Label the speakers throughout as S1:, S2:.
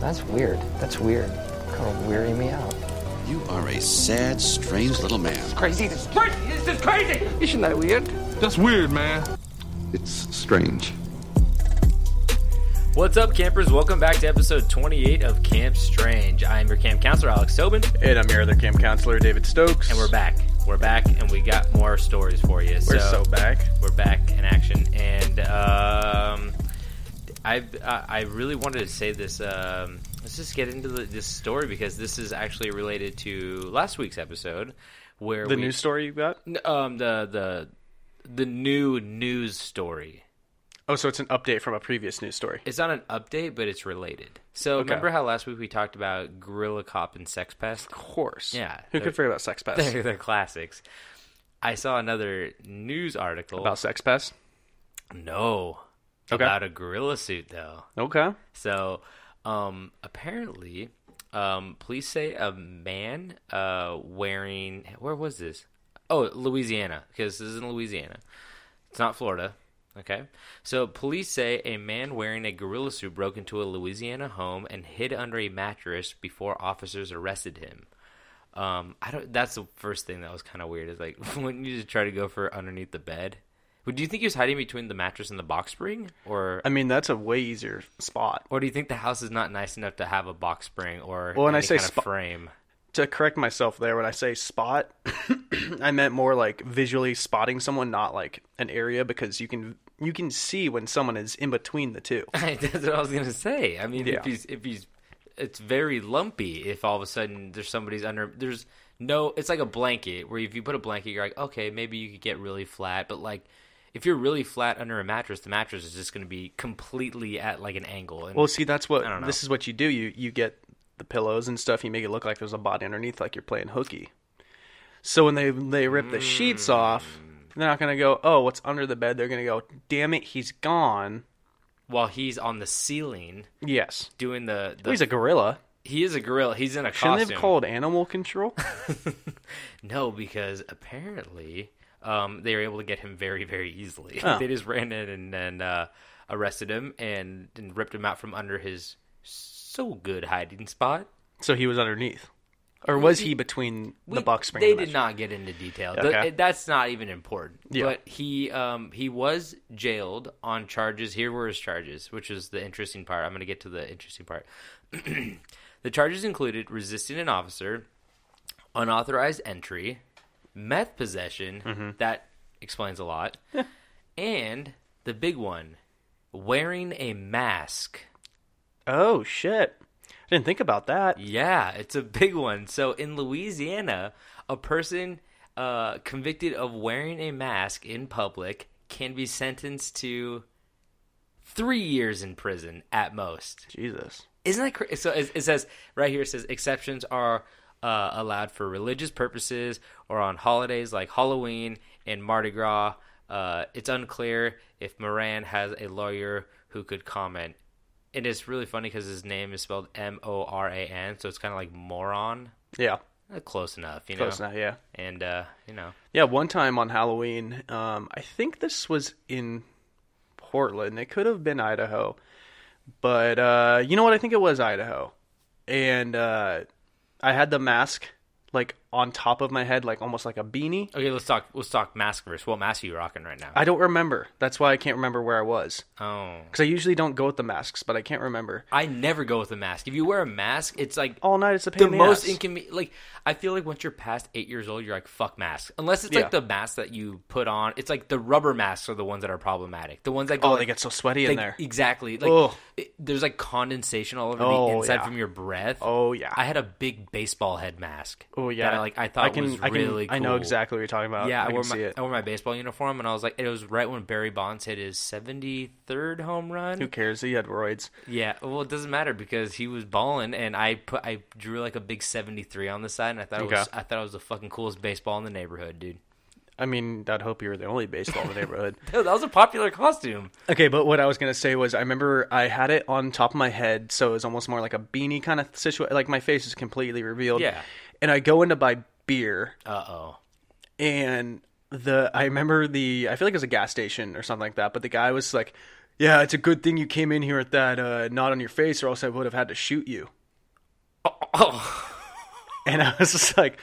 S1: That's weird. That's weird. Kind of weary me out.
S2: You are a sad, strange little man.
S3: crazy. This is crazy. This is crazy. Isn't that weird?
S4: That's weird, man.
S5: It's strange.
S6: What's up, campers? Welcome back to episode 28 of Camp Strange. I am your camp counselor, Alex Tobin,
S7: And I'm your other camp counselor, David Stokes.
S6: and we're back. We're back, and we got more stories for you.
S7: We're so, back.
S6: We're back in action, and um, I I I really wanted to say this. Um, let's just get into the, this story because this is actually related to last week's episode, where
S7: The
S6: we,
S7: news story you got?
S6: N- um the the the new news story.
S7: Oh, so it's an update from a previous news story.
S6: It's not an update, but it's related. So remember how last week we talked about Gorilla Cop and Sex Pest?
S7: Of course.
S6: Yeah,
S7: Who
S6: they're-
S7: could forget about Sex Pest?
S6: they're, they're classics. I saw another news article
S7: about Sex Pest?
S6: no
S7: Okay.
S6: about a gorilla suit though.
S7: Okay.
S6: So um, apparently, um, police say a man uh, wearing where was this? Oh, Louisiana, because this is in Louisiana. It's not Florida. Okay. So police say a man wearing a gorilla suit broke into a Louisiana home and hid under a mattress before officers arrested him. Um, I don't. That's the first thing that was kind of weird. Is like, wouldn't you just try to go for underneath the bed? Would do you think he was hiding between the mattress and the box spring, or
S7: I mean, that's a way easier spot.
S6: or do you think the house is not nice enough to have a box spring or
S7: Well, when I
S6: any
S7: say
S6: kind
S7: spa-
S6: of frame?
S7: To correct myself there, when I say spot, I meant more like visually spotting someone, not like an area, because you can you can see when someone is in between the two.
S6: That's what I was gonna say. I mean,
S7: Yeah.
S6: if he's if he's, it's very lumpy. If all of a sudden there's somebody's under, there's no. It's like a blanket where if you put a blanket, you're like, okay, maybe you could get really flat, but like. If you're really flat under a mattress, the mattress is just going to be completely at like an angle. And
S7: Well, see, that's what
S6: I don't know.
S7: this is what you do. You you get the pillows and stuff. You make it look like there's a body underneath, like you're playing hooky. So when they they rip the sheets off,
S6: Mm.
S7: they're not gonna go, "Oh, what's under the bed?" They're gonna go, "Damn it, he's gone."
S6: while he's on the ceiling
S7: Yes,
S6: doing the, the
S7: he's a gorilla.
S6: he is a gorilla. He's in a
S7: Shouldn't
S6: costume.
S7: they have called animal control?
S6: No, because apparently um, they were able to get him very, very easily.
S7: Oh.
S6: they just ran in and, and uh, arrested him and, and ripped him out from under his so good hiding spot.
S7: so he was underneath, or was he between the
S6: We-
S7: box spring?
S6: They
S7: and the
S6: did not get into detail.
S7: Okay.
S6: Th- that's not even important.
S7: Yeah.
S6: But he um, he was jailed on charges. Here were his charges, which is the interesting part. I'm going to get to the interesting part. the charges included resisting an officer, unauthorized entry, meth possession.
S7: Mm-hmm.
S6: That explains a lot. and the big one, wearing a mask.
S7: Oh shit! I didn't think about that.
S6: Yeah, it's a big one. So in Louisiana, a person uh, convicted of wearing a mask in public can be sentenced to three years in prison at most.
S7: Jesus.
S6: Isn't that crazy? So it, it says right here. It says exceptions are uh, allowed for religious purposes or on holidays like Halloween and Mardi Gras. Uh, it's unclear if Moran has a lawyer who could comment. And it's really funny because his name is spelled M O R A N, so it's kind of like moron.
S7: Yeah,
S6: Eh, Close enough, you know.
S7: close enough. Yeah.
S6: And uh, you know,
S7: Yeah, one time on Halloween, um, I think this was in Portland. It could have been Idaho, but uh, you know what? I think it was Idaho, and uh, I had the mask like on top of my head, like almost like a beanie.
S6: okay, let's talk. Let's talk mask verse. What mask are you rocking right now?
S7: I don't remember. That's why I can't remember where I was
S6: oh,
S7: because I usually don't go with the masks, but I can't remember.
S6: I never go with a mask. If you wear a mask, it's like
S7: All night it's a
S6: the
S7: pain in the
S6: most
S7: ass.
S6: inconvenient. Like I feel like once you're past eight years old, you're like fuck masks. Unless it's
S7: Yeah.
S6: like the mask that you put on. It's like the rubber masks are the ones that are problematic. The ones that go
S7: oh,
S6: like,
S7: they get so sweaty in
S6: they-
S7: there.
S6: Exactly. Like
S7: Ugh.
S6: it, there's like condensation all over the
S7: Oh,
S6: inside
S7: yeah.
S6: from your breath.
S7: Oh, yeah.
S6: I had a big baseball head mask.
S7: Oh yeah,
S6: That I, like I thought
S7: can,
S6: was
S7: I can-
S6: really.
S7: I know
S6: cool.
S7: exactly what you're talking about.
S6: Yeah, I,
S7: I,
S6: wore
S7: can
S6: my
S7: see it.
S6: I wore my baseball uniform, and I was like, it was right when Barry Bonds hit his 73rd home run.
S7: Who cares? He had roids.
S6: Yeah, well, it doesn't matter because he was balling, and I put I drew like a big seventy three on the side, and I thought it was
S7: Okay.
S6: I thought it was the fucking coolest baseball in the neighborhood, dude.
S7: I mean, I'd hope you were the only baseball in the neighborhood.
S6: Dude, that was a popular costume.
S7: Okay, but what I was gonna say was I remember I had it on top of my head, so it was almost more like a beanie kind of situation. Like my face is completely revealed.
S6: Yeah.
S7: And I go in to buy beer,
S6: Uh oh,
S7: and the I remember the I feel like it was a gas station or something like that, but the guy was like, yeah, it's a good thing you came in here with that uh, knot on your face, or else I would have had to shoot you.
S6: Oh.
S7: And I was just like,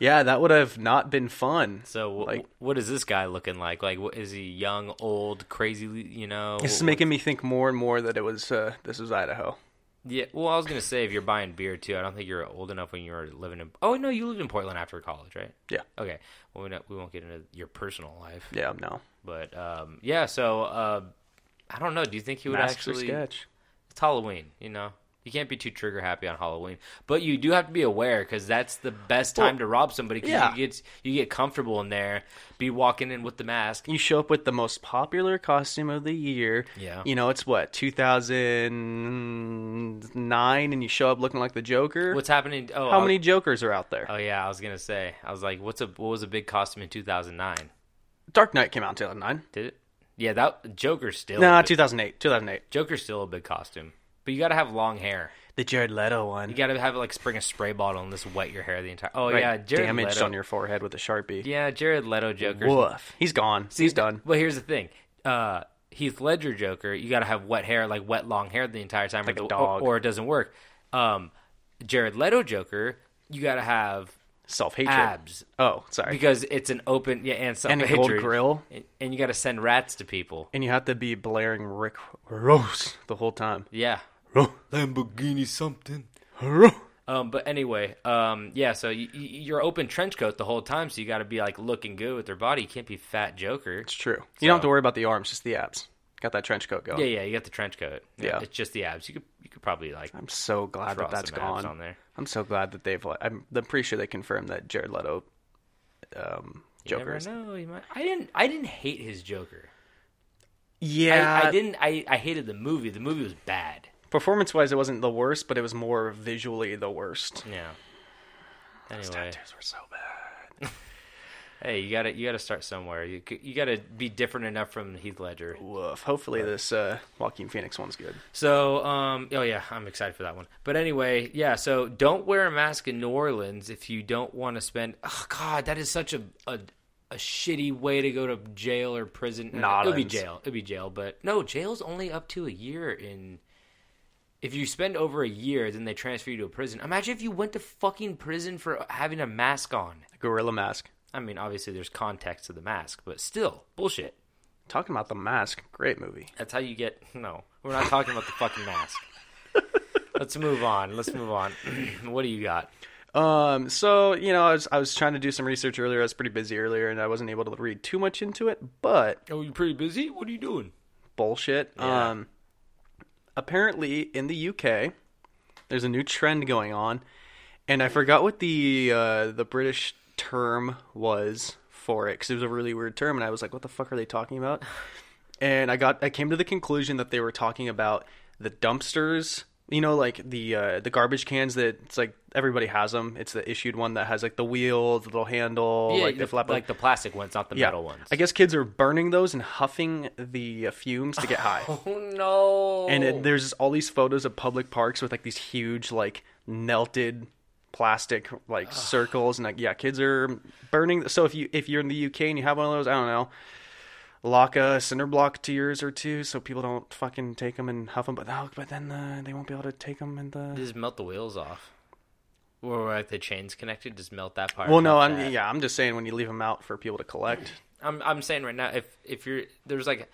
S7: yeah, that would have not been fun.
S6: So wh-
S7: Like-
S6: what is this guy looking like? Like wh- is he young, old, crazy? You know,
S7: This is making me think more and more that it was uh, this was Idaho.
S6: yeah. Well, I was gonna say if you're buying beer too, I don't think you're old enough when you were living in. Oh no, you lived in Portland after college, right?
S7: Yeah,
S6: Okay. Well, we, don't, we won't get into your personal life,
S7: yeah, no.
S6: but um, yeah. So uh, I don't know. Do you think he would
S7: Master
S6: actually?
S7: sketch.
S6: It's Halloween, you know. You can't be too trigger happy on Halloween, but you do have to be aware because that's the best time to rob somebody. 'cause
S7: yeah.
S6: you get you get comfortable in there, be walking in with the mask.
S7: You show up with the most popular costume of the year.
S6: Yeah.
S7: You know, it's what, 2009, and you show up looking like the Joker?
S6: What's happening? Oh,
S7: How
S6: I-
S7: many Jokers are out there?
S6: Oh yeah, I was gonna say. I was like, what's a what was a big costume in 2009?
S7: Dark Knight came out in 2009.
S6: Did it? Yeah, that Joker's still.
S7: No,
S6: a big,
S7: 2008. 2008.
S6: Joker's still a big costume, but you gotta have long hair.
S7: The Jared Leto one.
S6: You gotta have like spring a spray bottle and just wet your hair the entire. Oh
S7: Right,
S6: yeah, Jared
S7: damaged
S6: Leto.
S7: on your forehead with a Sharpie.
S6: Yeah, Jared Leto Joker.
S7: Woof. He's gone. He's done.
S6: Well, here's the thing. Uh, Heath Ledger Joker, you got to have wet hair, like wet long hair the entire time,
S7: Like
S6: or,
S7: a
S6: the-
S7: dog.
S6: or it doesn't work. Um, Jared Leto Joker, you got to have
S7: Self hatred.
S6: abs
S7: Oh, sorry.
S6: because it's an open yeah, and some
S7: and a gold grill.
S6: and, and you got to send rats to people.
S7: And you have to be blaring Rick Rose the whole time.
S6: Yeah.
S7: Ro-
S6: Lamborghini something.
S7: Ro-
S6: Um, but anyway, um, yeah. So you, you- you're open trench coat the whole time, so you got to be like looking good with your body. You can't be fat Joker.
S7: It's true. You don't have to worry about the arms, just the abs. Got that trench coat going.
S6: Yeah, yeah. You got the trench coat.
S7: Oh. Yeah.
S6: It's just the abs. You could you could probably like
S7: I'm so glad
S6: draw
S7: that that's
S6: some abs
S7: gone.
S6: on there.
S7: I'm so glad that they've. I'm, I'm pretty sure they confirmed that Jared Leto, um,
S6: You
S7: Joker. is-
S6: Never know. He might. I didn't. I didn't hate his Joker.
S7: Yeah,
S6: I, I didn't. I, I hated the movie. The movie was bad.
S7: Performance wise, it wasn't the worst, but it was more visually the worst.
S6: Yeah. Anyway,
S7: Tattoos were so bad.
S6: hey, you gotta you gotta start somewhere. You c- you gotta be different enough from Heath Ledger.
S7: Woof. Hopefully, this uh, Joaquin Phoenix one's good.
S6: So, um, oh yeah, I'm excited for that one. But anyway, yeah. So don't wear a mask in New Orleans if you don't want to spend. Oh God, that is such a a, a shitty way to go to jail or prison.
S7: Nolans.
S6: It'll be jail. It'll be jail. But no, jail's only up to a year in. If you spend over a year, then they transfer you to a prison. Imagine if you went to fucking prison for having a mask on.
S7: Gorilla Mask.
S6: I mean, obviously there's context to the mask, but still, bullshit.
S7: Talking about the mask, great movie.
S6: That's how you get. No, we're not talking about the fucking mask. Let's move on. Let's move on. what do you got?
S7: Um, so you know, I was I was trying to do some research earlier. I was pretty busy earlier, and I wasn't able to read too much into it. But
S6: Oh, you pretty busy? What are you doing?
S7: bullshit.
S6: Yeah.
S7: Um, apparently in the UK, there's a new trend going on, and I forgot what the uh, the British term was for it because it was a really weird term, and I was like, what the fuck are they talking about? And I got I came to the conclusion that they were talking about the dumpsters. You know, like the uh, the garbage cans that it's like everybody has them. It's the issued one that has like the wheel, the little handle,
S6: yeah,
S7: like
S6: the,
S7: the flap.
S6: like the plastic ones, not the metal ones.
S7: I guess kids are burning those and huffing the uh, fumes to get high.
S6: oh no!
S7: And it, there's all these photos of public parks with like these huge like melted plastic like circles and like yeah, kids are burning. So if you if you're in the UK and you have one of those, I don't know, lock a cinder block to yours or two so people don't fucking take them and huff them. But oh, but then uh, they won't be able to take them and uh, the.
S6: just melt the wheels off. Or like the chains connected, just melt that part.
S7: Well, no,
S6: melt
S7: I'm
S6: that.
S7: yeah, I'm just saying when you leave them out for people to collect.
S6: I'm I'm saying right now, if if you're there's like,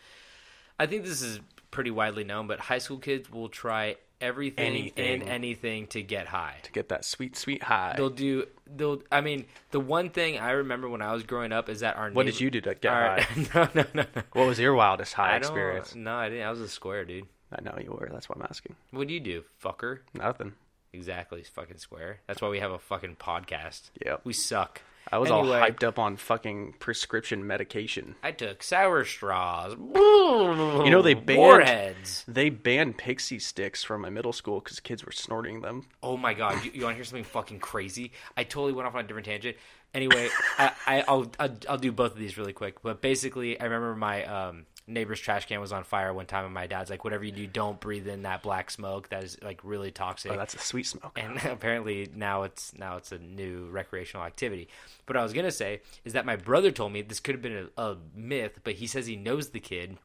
S6: I think this is pretty widely known, but high school kids will try everything
S7: Anything.
S6: and anything to get high.
S7: to Get that sweet, sweet high.
S6: They'll do. They'll. I mean, the one thing I remember when I was growing up is that our.
S7: What did you do to get high?
S6: no, no, no, no.
S7: What was your wildest high
S6: I don't.
S7: experience?
S6: No, I didn't. I was a square, dude.
S7: I know you were. That's why I'm asking.
S6: What do you do, fucker?
S7: Nothing.
S6: Exactly, fucking square. That's why we have a fucking podcast.
S7: Yep.
S6: We suck.
S7: I was
S6: Anyway,
S7: all hyped up on fucking prescription medication.
S6: I took sour straws. You
S7: You know
S6: know
S7: they banned
S6: warheads.
S7: They banned pixie sticks from my middle school because kids were snorting them.
S6: Oh my god! You, you want to hear something fucking crazy? I totally went off on a different tangent. Anyway, I, I, I'll, I'll I'll do both of these really quick. But basically, I remember my um, neighbor's trash can was on fire one time, and my dad's like, "Whatever you do, don't breathe in that black smoke. That is like really toxic."
S7: Oh, that's a sweet smoke.
S6: and apparently now it's now it's a new recreational activity. But I was gonna say is that my brother told me this could have been a, a myth, but he says he knows the kid.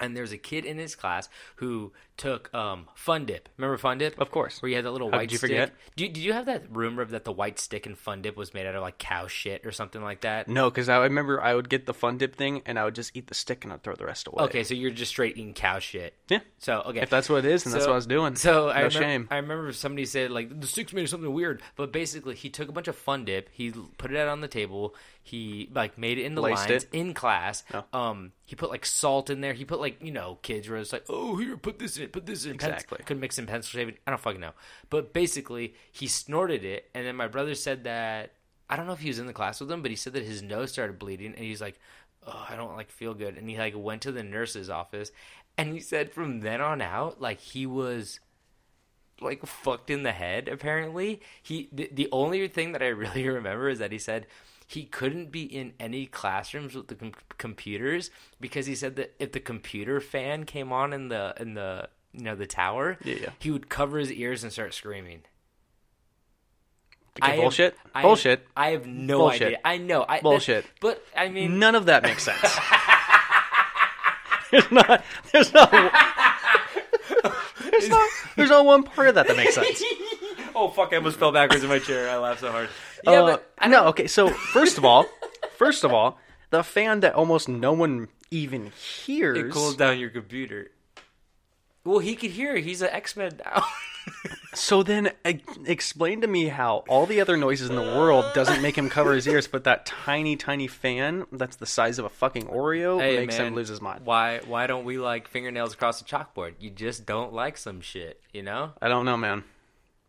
S6: and there's a kid in his class who took um, Fun Dip. Remember Fun Dip?
S7: Of course.
S6: Where you had that little
S7: How
S6: white
S7: did you
S6: stick.
S7: forget?
S6: Do you, did you have that rumor that the white stick in Fun Dip was made out of like cow shit or something like that?
S7: No, because I remember I would get the fun dip thing and I would just eat the stick and I'd throw the rest away.
S6: Okay, so you're just straight eating cow shit.
S7: Yeah.
S6: So okay,
S7: If that's what it is, then that's
S6: So-
S7: what I was doing.
S6: So
S7: no
S6: I remember,
S7: shame.
S6: I remember somebody said like the six made something weird, but basically he took a bunch of fun dip, he l- put it out on the table, he like made it in the
S7: Laced
S6: lines
S7: it.
S6: in class.
S7: Oh.
S6: Um, he put like salt in there. He put like you know kids were just like oh here put this in, put this in. Pens-
S7: Exactly.
S6: could mix in pencil shaving. I don't fucking know. But basically he snorted it, and then my brother said that I don't know if he was in the class with him, but he said that his nose started bleeding, and he's like. Oh, I don't like feel good, and he like went to the nurse's office, and he said from then on out, like he was like fucked in the head apparently he the, the only thing that i really remember is that he said he couldn't be in any classrooms with the com- computers because he said that if the computer fan came on in the in the you know the tower
S7: Yeah, yeah.
S6: he would cover his ears and start screaming
S7: Okay,
S6: I have-
S7: bullshit.
S6: I have-
S7: bullshit.
S6: i have no
S7: Bullshit.
S6: idea i know I, that-
S7: Bullshit.
S6: but i mean
S7: None of that makes sense. there's not. There's not. there's not. There's not one part of that that makes sense.
S6: oh fuck i almost fell backwards in my chair i laughed so hard yeah
S7: Uh,
S6: but I
S7: no, okay. So first of all, first of all, the fan that almost no one even hears.
S6: it cools down your computer well he could hear it. he's an x-men now
S7: So then, e- explain to me how all the other noises in the world doesn't make him cover his ears, but that tiny, tiny fan that's the size of a fucking Oreo
S6: Hey,
S7: makes
S6: man,
S7: him lose his mind.
S6: Why why don't we like fingernails across the chalkboard? You just don't like some shit, you know?
S7: I don't know, man.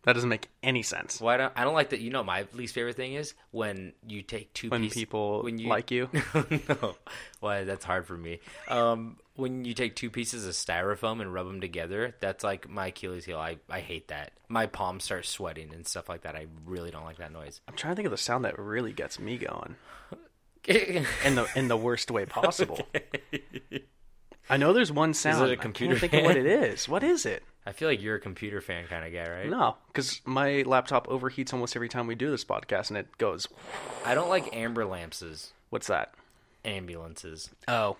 S7: That doesn't make any sense.
S6: Why don't I don't like that you know my least favorite thing is when you take two
S7: When
S6: pieces-
S7: people like you?
S6: no. Why that's hard for me. Um when you take two pieces of styrofoam and rub them together, that's like my Achilles heel. I, I hate that. My palms start sweating and stuff like that. I really don't like that noise.
S7: I'm trying to think of the sound that really gets me going in the in the worst way possible. I know there's one sound.
S6: a computer
S7: I can't think of
S6: fan?
S7: what it is. What is it?
S6: I feel like you're a computer fan kind of guy, right?
S7: No, because my laptop overheats almost every time we do this podcast, and it goes.
S6: I don't like amber lamps,
S7: What's that?
S6: ambulances.
S7: Oh,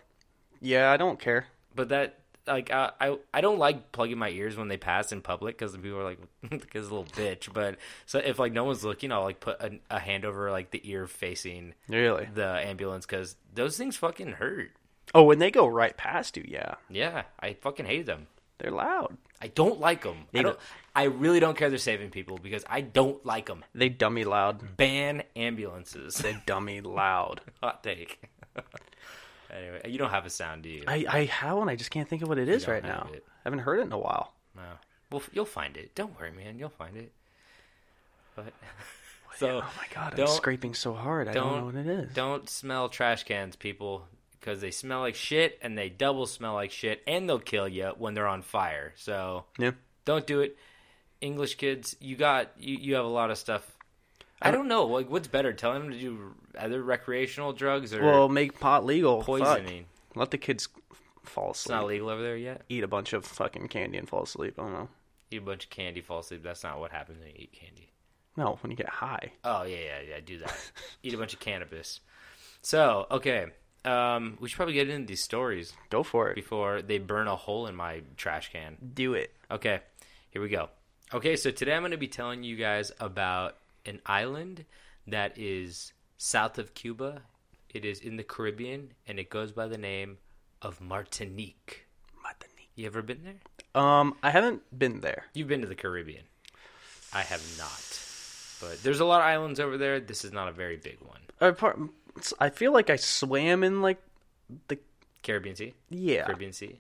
S7: yeah. I don't care.
S6: but that like I, I I don't like plugging my ears when they pass in public because the people are like because little bitch. But so if like no one's looking, I'll like put a, a hand over like the ear facing
S7: Really?
S6: the ambulance because those things fucking hurt.
S7: Oh, when they go right past you, yeah,
S6: Yeah, I fucking hate them.
S7: they're loud.
S6: I don't like them. I
S7: Neither.
S6: don't. I really don't care. They're saving people because I don't like them.
S7: They dummy loud.
S6: Ban ambulances.
S7: They dummy loud.
S6: Hot take. anyway, you don't have a sound, do you?
S7: I I how and I just can't think of what it is
S6: don't
S7: right
S6: have
S7: now.
S6: it.
S7: I haven't heard it in a while.
S6: No. Well, f- you'll find it. Don't worry, man. You'll find it. But so
S7: Oh my god,
S6: Don't-
S7: I'm scraping so hard. I don't know what it is.
S6: Don't smell trash cans, people, because they smell like shit and they double smell like shit and they'll kill you when they're on fire. So
S7: Yeah.
S6: don't do it. English kids, you got you, you have a lot of stuff. I don't know. Like, what's better, telling them to do other recreational drugs or
S7: Well, make pot legal. Fuck.
S6: poisoning?
S7: Let the kids fall
S6: It's
S7: asleep.
S6: not legal over there yet.
S7: Eat a bunch of fucking candy and fall asleep. I don't know.
S6: Eat a bunch of candy, fall asleep. That's not what happens when you eat candy.
S7: No, when you get high.
S6: Oh yeah, yeah, yeah. Do that. Eat a bunch of cannabis. So okay, um, we should probably get into these stories
S7: Go for it.
S6: before they burn a hole in my trash can.
S7: Do it.
S6: Okay, here we go. Okay, so today I'm going to be telling you guys about an island that is south of Cuba. It is in the Caribbean, and it goes by the name of Martinique. You ever been there?
S7: Um, I haven't been there.
S6: You've been to the Caribbean. I have not. But there's a lot of islands over there. This is not a very big one.
S7: I part- I feel like I swam in like the
S6: Caribbean Sea?
S7: yeah.
S6: Caribbean Sea.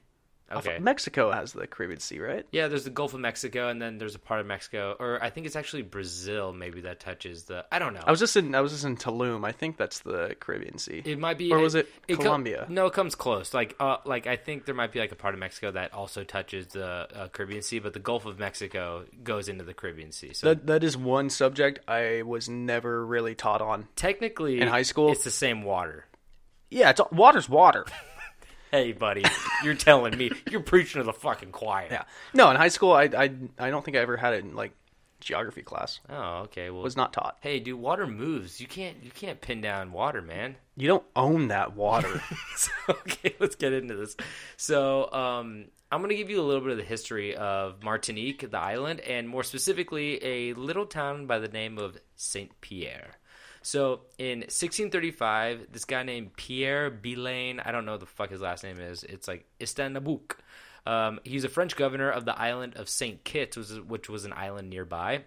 S6: Okay.
S7: Mexico has the Caribbean Sea, right?
S6: Yeah, there's the Gulf of Mexico, and then there's a part of Mexico, or I think it's actually Brazil, maybe that touches the. I don't know.
S7: I was just in I was just in Tulum. I think that's the Caribbean Sea.
S6: it might be.
S7: or was it
S6: co-
S7: Colombia?
S6: no, it comes close. Like, uh, like I think there might be like a part of Mexico that also touches the uh, Caribbean Sea, but the Gulf of Mexico goes into the Caribbean Sea. So
S7: that that is one subject I was never really taught on.
S6: technically,
S7: in high school-
S6: it's the same water.
S7: Yeah, it's water's water.
S6: Hey, buddy, you're telling me you're preaching to the fucking choir.
S7: yeah. No, in high school I I I don't think I ever had it in like geography class.
S6: Oh, okay. Well,
S7: Was not taught.
S6: Hey, dude, water moves. You can't you can't pin down water, man.
S7: You don't own that water.
S6: So, okay, let's get into this. So, um, I'm going to give you a little bit of the history of Martinique, the island, and more specifically, a little town by the name of Saint Pierre. So, in 1635, this guy named Pierre Bilaine, I don't know the fuck his last name is. It's like Istanbul. Um, he's a French governor of the island of Saint Kitts, which was- which was an island nearby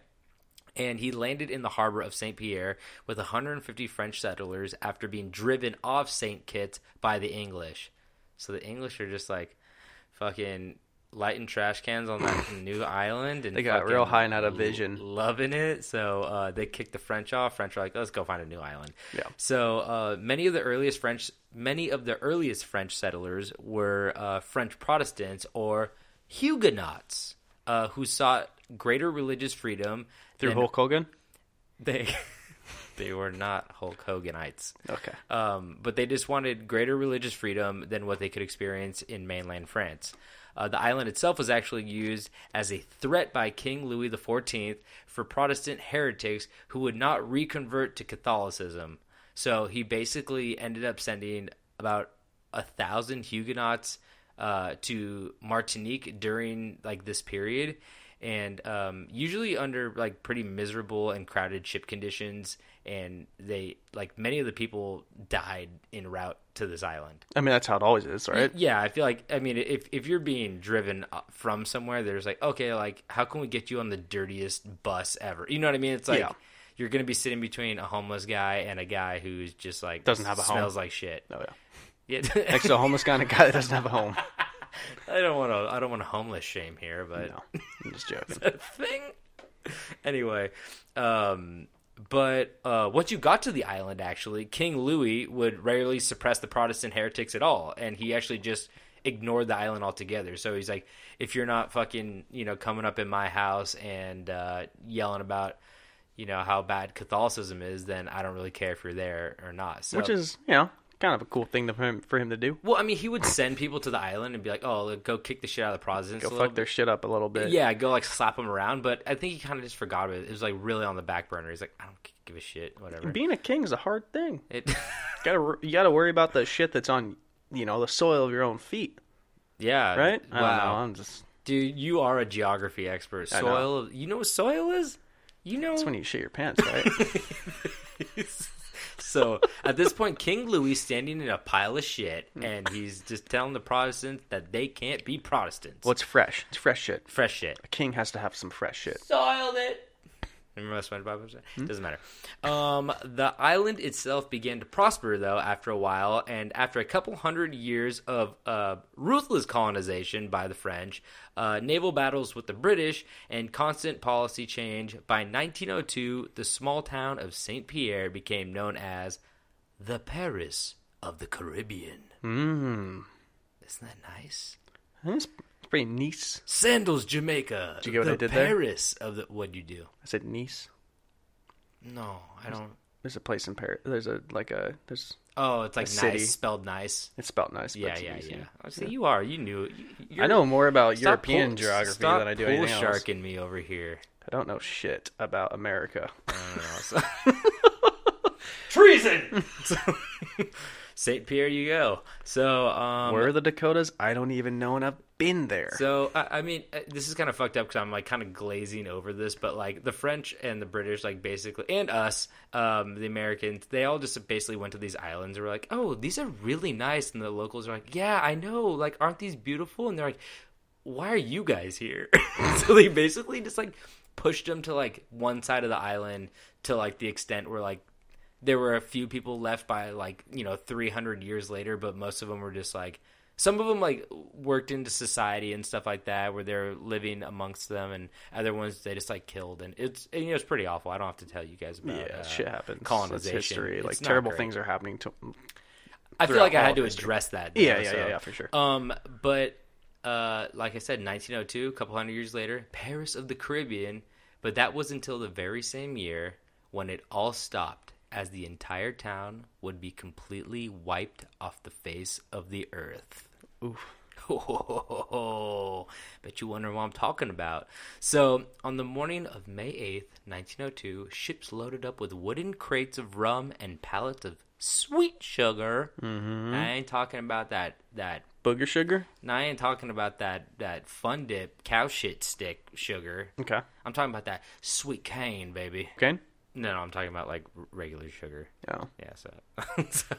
S6: and he landed in the harbor of St. Pierre with 150 French settlers after being driven off St. Kitts by the English. So the English are just like fucking lighting trash cans on that new island, and
S7: They got
S6: fucking
S7: real high and out of vision.
S6: l- loving it. So uh, they kicked the French off. French are like, let's go find a new island.
S7: Yeah.
S6: So uh, many of the earliest French, many of the earliest French settlers were uh, French Protestants or Huguenots uh, who sought greater religious freedom
S7: Through
S6: and-
S7: Hulk Hogan?
S6: they they were not Hulk Hoganites.
S7: Okay.
S6: Um, but they just wanted greater religious freedom than what they could experience in mainland France. Uh, the island itself was actually used as a threat by King Louis XIV for Protestant heretics who would not reconvert to Catholicism. So he basically ended up sending about a thousand Huguenots uh, to Martinique during like this period, and um, usually under like pretty miserable and crowded ship conditions. And they like many of the people died en route to this island.
S7: I mean, that's how it always is, right?
S6: Yeah, I feel like I mean, if if you're being driven uh, from somewhere, there's like, okay, like how can we get you on the dirtiest bus ever? You know what I mean? It's like
S7: Yeah.
S6: you're gonna be sitting between a homeless guy and a guy who's just like
S7: Doesn't have a home.
S6: smells like shit.
S7: Oh, yeah.
S6: Yeah.
S7: Next to a homeless guy and a guy that doesn't have a home.
S6: I don't want to. I don't want to homeless shame here, but
S7: No, I'm just joking.
S6: thing. Anyway, um, but uh, once you got to the island, actually, King Louis would rarely suppress the Protestant heretics at all, and he actually just ignored the island altogether. So he's like, if you're not fucking, you know, coming up in my house and uh, yelling about, you know, how bad Catholicism is, then I don't really care if you're there or not. So,
S7: Which is, you know, kind of a cool thing to, for him- for him to do.
S6: well, I mean, he would send people to the island and be like, "Oh, look, go kick the shit out of the Protestants."
S7: Go
S6: a little
S7: fuck their shit up a little bit.
S6: yeah, go like slap him around. But I think he kind of just forgot about it. It was like really on the back burner. He's like, I don't give a shit, whatever.
S7: Being a king is a hard thing.
S6: It,
S7: Gotta, wor- you gotta worry about the shit that's on, you know, the soil of your own feet,
S6: yeah,
S7: right? I don't know.
S6: Wow,
S7: I'm just.
S6: dude, you are a geography expert.
S7: I know.
S6: Soil, you know what soil is? You know,
S7: That's when you shit your pants, right?
S6: so at this point, King Louis standing in a pile of shit, and he's just telling the Protestants that they can't be Protestants.
S7: What's fresh? It's fresh shit.
S6: fresh shit?
S7: King has to have some fresh shit.
S6: soiled it. Remember that SpongeBob episode?
S7: Hmm?
S6: Doesn't matter. Um, the island itself began to prosper though after a while, and after a couple hundred years of uh, ruthless colonization by the French, uh, naval battles with the British, and constant policy change, by 1902, the small town of Saint Pierre became known as the Paris of the Caribbean. Mm.
S7: Hmm.
S6: Isn't that nice?
S7: That's pretty nice.
S6: Sandals, Jamaica. Did
S7: you get what
S6: the
S7: I did there?
S6: Paris of the. What'd you do?
S7: I said nice.
S6: No, I don't.
S7: There's a place in Paris. There's a like a there's.
S6: Oh, it's like
S7: A
S6: nice,
S7: city.
S6: spelled nice.
S7: It's spelled nice. But
S6: Yeah,
S7: it's
S6: yeah,
S7: easy.
S6: yeah. Oh, see, you are. You knew. You, you're-
S7: I know more about
S6: stop
S7: European
S6: pull-
S7: geography
S6: stop
S7: than I do
S6: pool
S7: anything else.
S6: sharking me over here.
S7: I don't know shit about America.
S6: Treason. Saint Pierre, you go. So, um,
S7: Where are the Dakotas? I don't even know, and I've been there.
S6: So I, I mean, uh, this is kind of fucked up because I'm like kind of glazing over this, but like the French and the British, like basically, and us, um, the Americans, they all just basically went to these islands and were like, "Oh, these are really nice," and the locals are like, "Yeah, I know. Like, aren't these beautiful?" And they're like, "Why are you guys here?" so they basically just like pushed them to like one side of the island to like the extent where like there were a few people left by like you know 300 years later but most of them were just like some of them like worked into society and stuff like that where they're living amongst them and other ones they just like killed and it's and, you know it's pretty awful i don't have to tell you guys about
S7: yeah,
S6: uh,
S7: Oh, shit happens.
S6: colonization
S7: That's history.
S6: It's
S7: Like
S6: not
S7: terrible
S6: great.
S7: things are happening to.
S6: i feel like i
S7: throughout all
S6: had to
S7: of history.
S6: address that though,
S7: Yeah, yeah,
S6: so.
S7: yeah, yeah, for sure.
S6: um but uh like i said 1902 a couple hundred years later paris of the caribbean but that was until the very same year when it all stopped as the entire town would be completely wiped off the face of the earth
S7: Oof.
S6: Oh, bet you wonder what I'm talking about. So, on the morning of May 8th, 1902, ships loaded up with wooden crates of rum and pallets of sweet sugar. Mm-hmm. I ain't talking about that that
S7: Booger sugar?
S6: now, I ain't talking about that that fun dip cow shit stick sugar.
S7: Okay.
S6: I'm talking about that sweet cane, baby.
S7: Okay.
S6: No, no, I'm talking about like r- regular sugar.
S7: Oh.
S6: Yeah, so, so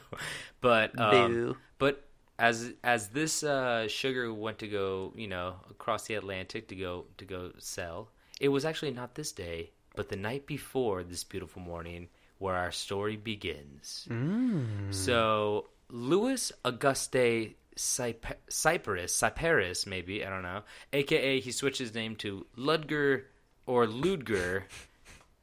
S6: but um, but as as this uh, sugar went to go, you know, across the Atlantic to go to go sell, it was actually not this day, but the night before this beautiful morning where our story begins. So Louis Auguste Cyp- Cyprus, Cyperus, maybe I don't know, aka he switched his name to Ludger or Ludger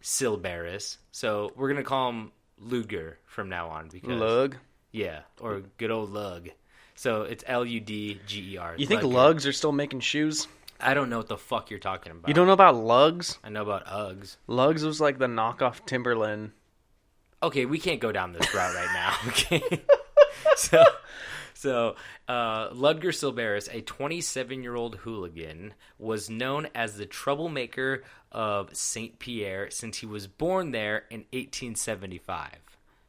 S6: Silberus. So we're gonna call him Luger from now on because
S7: Lug.
S6: yeah, or good old Lug. So it's L U D G E R.
S7: You think
S6: Ludger.
S7: lugs are still making shoes?
S6: I don't know what the fuck you're talking about.
S7: You don't know about lugs?
S6: I know about Uggs.
S7: Lugs was like the knockoff Timberland.
S6: okay, we can't go down this route right now. Okay. so, so uh, Ludger Silberus, a 27 year old hooligan, was known as the troublemaker of St. Pierre since he was born there in 1875.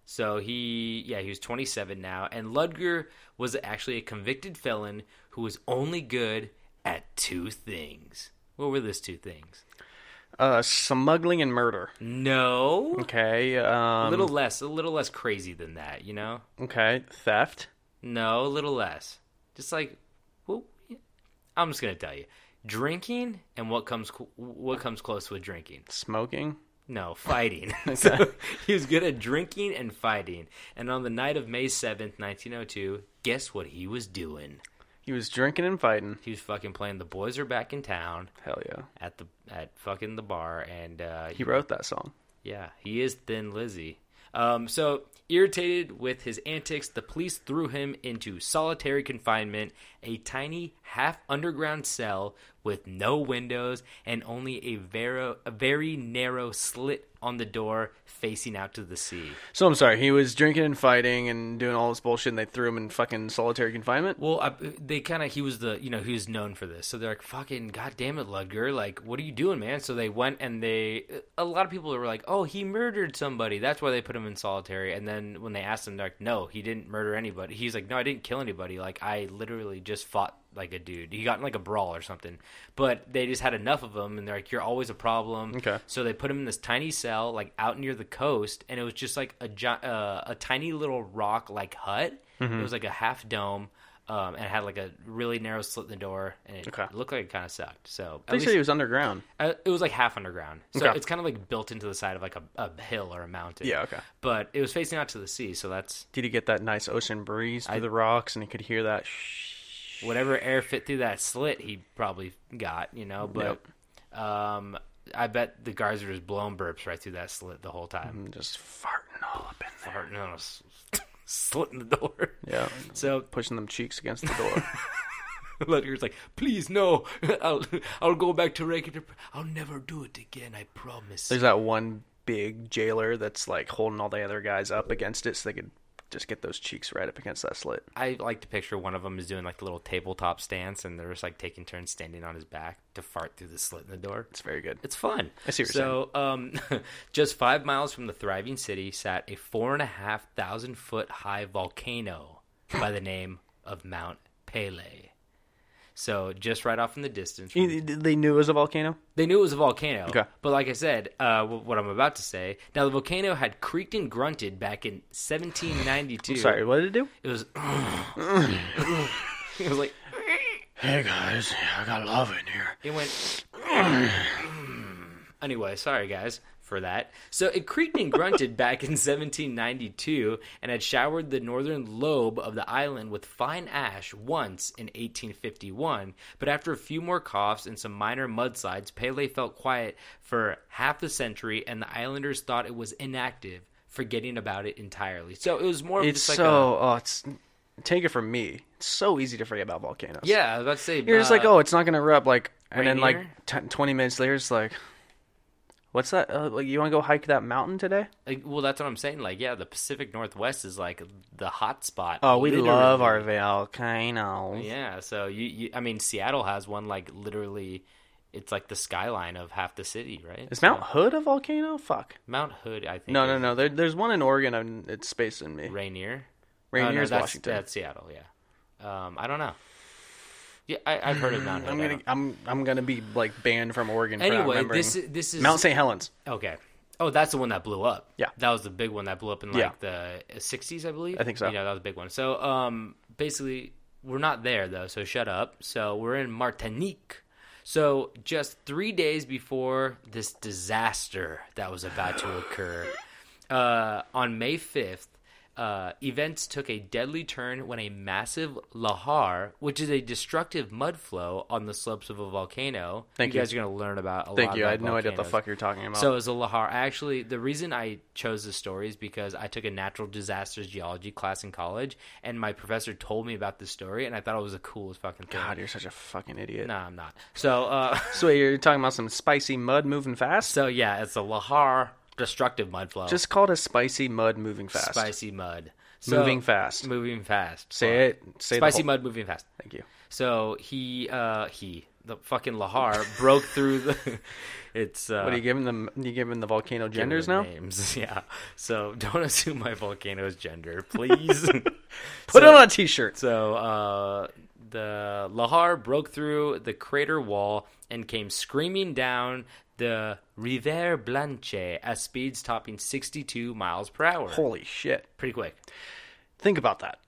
S6: So he, yeah, he was 27 now. And Ludger was actually a convicted felon who was only good at two things. What were those two things?
S7: Uh, smuggling and murder.
S6: No.
S7: Okay. Um,
S6: A little less, a little less crazy than that, you know?
S7: Okay. Theft.
S6: No, a little less. Just like, well, I'm just gonna tell you, drinking and what comes co- what comes close with drinking.
S7: Smoking.
S6: No, fighting. so he was good at drinking and fighting. And on the night of May seventh, nineteen o two, guess what he was doing?
S7: He was drinking and fighting.
S6: He was fucking playing. The boys are back in town
S7: Hell yeah.
S6: at the at fucking the bar, and uh,
S7: He wrote that song.
S6: Yeah, he is Thin Lizzy. Um, so, irritated with his antics, the police threw him into solitary confinement, a tiny half underground cell with no windows and only a, vero- a very narrow slit on the door facing out to the sea.
S7: So I'm sorry. He was drinking and fighting and doing all this bullshit, and they threw him in fucking solitary confignment.
S6: Well, I, they kind of he was the you know he was known for this, so they're like, "Fucking goddamn it, Ludger! Like, what are you doing, man?" So they went and they a lot of people were like, "Oh, he murdered somebody." That's why they put him in solitary. And then when they asked him, they're like, "No, he didn't murder anybody." He's like, "No, I didn't kill anybody. Like, I literally just fought like a dude. He got in like a brawl or something." But they just had enough of him, and they're like, "You're always a problem."
S7: Okay.
S6: So they put him in this tiny cell, like out near the coast, and it was just like a gi- uh, a tiny little rock like hut. It was like a half dome, um, and it had like a really narrow slit in the door, and it
S7: Okay.
S6: looked like it kind of sucked. So at
S7: They
S6: least,
S7: said he was underground.
S6: uh, it was like half underground, so
S7: Okay.
S6: it's kind of like built into the side of like a, a hill or a mountain.
S7: Yeah, okay.
S6: But it was facing out to the sea, so that's
S7: Did he get that nice ocean breeze through the rocks, and he could hear that?
S6: whatever air fit through that slit he probably got, you know. But um, I bet the guards were just blowing burps right through that slit the whole time.
S7: I'm just farting all up in there.
S6: Or, no, no, s- slit in the door.
S7: Mm-hmm. Yeah,
S6: So
S7: pushing them cheeks against the door.
S6: Ludger's like, please no, I'll I'll go back to regular. pr- I'll never do it again. I promise.
S7: There's that one big jailer that's like holding all the other guys up against it, so they could just get those cheeks right up against that slit.
S6: I like to picture one of them is doing like the little tabletop stance, and they're just like taking turns standing on his back to fart through the slit in the door.
S7: It's very good.
S6: It's fun. I
S7: see what
S6: so, um, just five miles from the thriving city sat a four and a half thousand foot high volcano by the name of Mount Pele. So, just right off in the distance, from
S7: You- they knew it was a volcano.
S6: They knew it was a volcano.
S7: Okay.
S6: But like I said, uh, w- what I'm about to say, now the volcano had creaked and grunted back in 1792.
S7: Sorry, what did it do?
S6: It was. it was like
S7: Hey guys, I got love in here.
S6: it went. anyway, sorry guys for that. So it creaked and grunted back in 1792 and had showered the northern lobe of the island with fine ash once in 1851. But after a few more coughs and some minor mudslides, Pele felt quiet for half a century, and the islanders thought it was inactive. Forgetting about it entirely, so it was more. Of
S7: It's
S6: just like
S7: so oh, it's take it from me. It's so easy to forget about volcanoes.
S6: a, yeah. I was about to say
S7: you're just like
S6: uh,
S7: oh, it's not gonna erupt like, and then
S6: Rainier?
S7: like 10, 20 minutes later, it's like What's that? Uh, like, you want to go hike that mountain today?
S6: Like, well, that's what I'm saying. Like, yeah, the Pacific Northwest is like the hot spot.
S7: Oh, we love our
S6: literally.
S7: volcanoes.
S6: Yeah, so you, you, I mean, Seattle has one like literally, it's like the skyline of half the city, right?
S7: Is
S6: So-
S7: Mount Hood a volcano? Fuck.
S6: Mount Hood? I think.
S7: No, no,
S6: is
S7: no. There, there's one in Oregon. I'm, it's spacing me.
S6: Rainier. Oh,
S7: Rainier is
S6: that's,
S7: Washington.
S6: That's Seattle. Yeah. Um, I don't know. Yeah, I, I've heard of Mount Hood.
S7: I'm
S6: I
S7: gonna,
S6: don't-
S7: I'm, I'm gonna be like banned from Oregon. for not
S6: Anyway,
S7: remembering.
S6: this is- this is-
S7: Mount St. Helens.
S6: Okay. Oh, that's the one that blew up.
S7: Yeah.
S6: That was the big one that blew up in like the 60s, I believe.
S7: I think so.
S6: Yeah, that was a big one. So, um, basically, we're not there though, so shut up. So, we're in Martinique. So, just three days before this disaster that was about to occur, uh, on May 5th, uh, events took a deadly turn when a massive lahar, which is a destructive mud flow on the slopes of a volcano,
S7: Thank
S6: you
S7: you.
S6: guys are going to learn about a
S7: Thank
S6: lot
S7: you.
S6: about
S7: I had no idea what the
S6: volcanoes.
S7: fuck you're talking about.
S6: So it was a Lahar. Actually, the reason I chose this story is because I took a natural disasters geology class in college, and my professor told me about this story, and I thought it was the coolest fucking thing.
S7: God, you're such a fucking idiot.
S6: Nah, I'm not. So, uh,
S7: So wait, you're talking about some spicy mud moving fast?
S6: so yeah, it's a Lahar destructive mud flow.
S7: Just call it a spicy mud moving fast.
S6: spicy mud.
S7: Moving fast.
S6: Moving fast.
S7: Say it. Say the
S6: Spicy
S7: whole-
S6: mud moving fast.
S7: Thank you.
S6: So he, uh, he, the fucking Lahar broke through the. It's uh,
S7: What are you giving them? You giving the volcano
S6: give
S7: genders
S6: their
S7: now?
S6: Names, yeah. So don't assume my volcano's gender, please.
S7: Put
S6: So-
S7: it on a t-shirt.
S6: So uh, the Lahar broke through the crater wall and came screaming down the Rivière Blanche at speeds topping 62 miles per hour.
S7: Holy shit!
S6: Pretty quick.
S7: Think about that.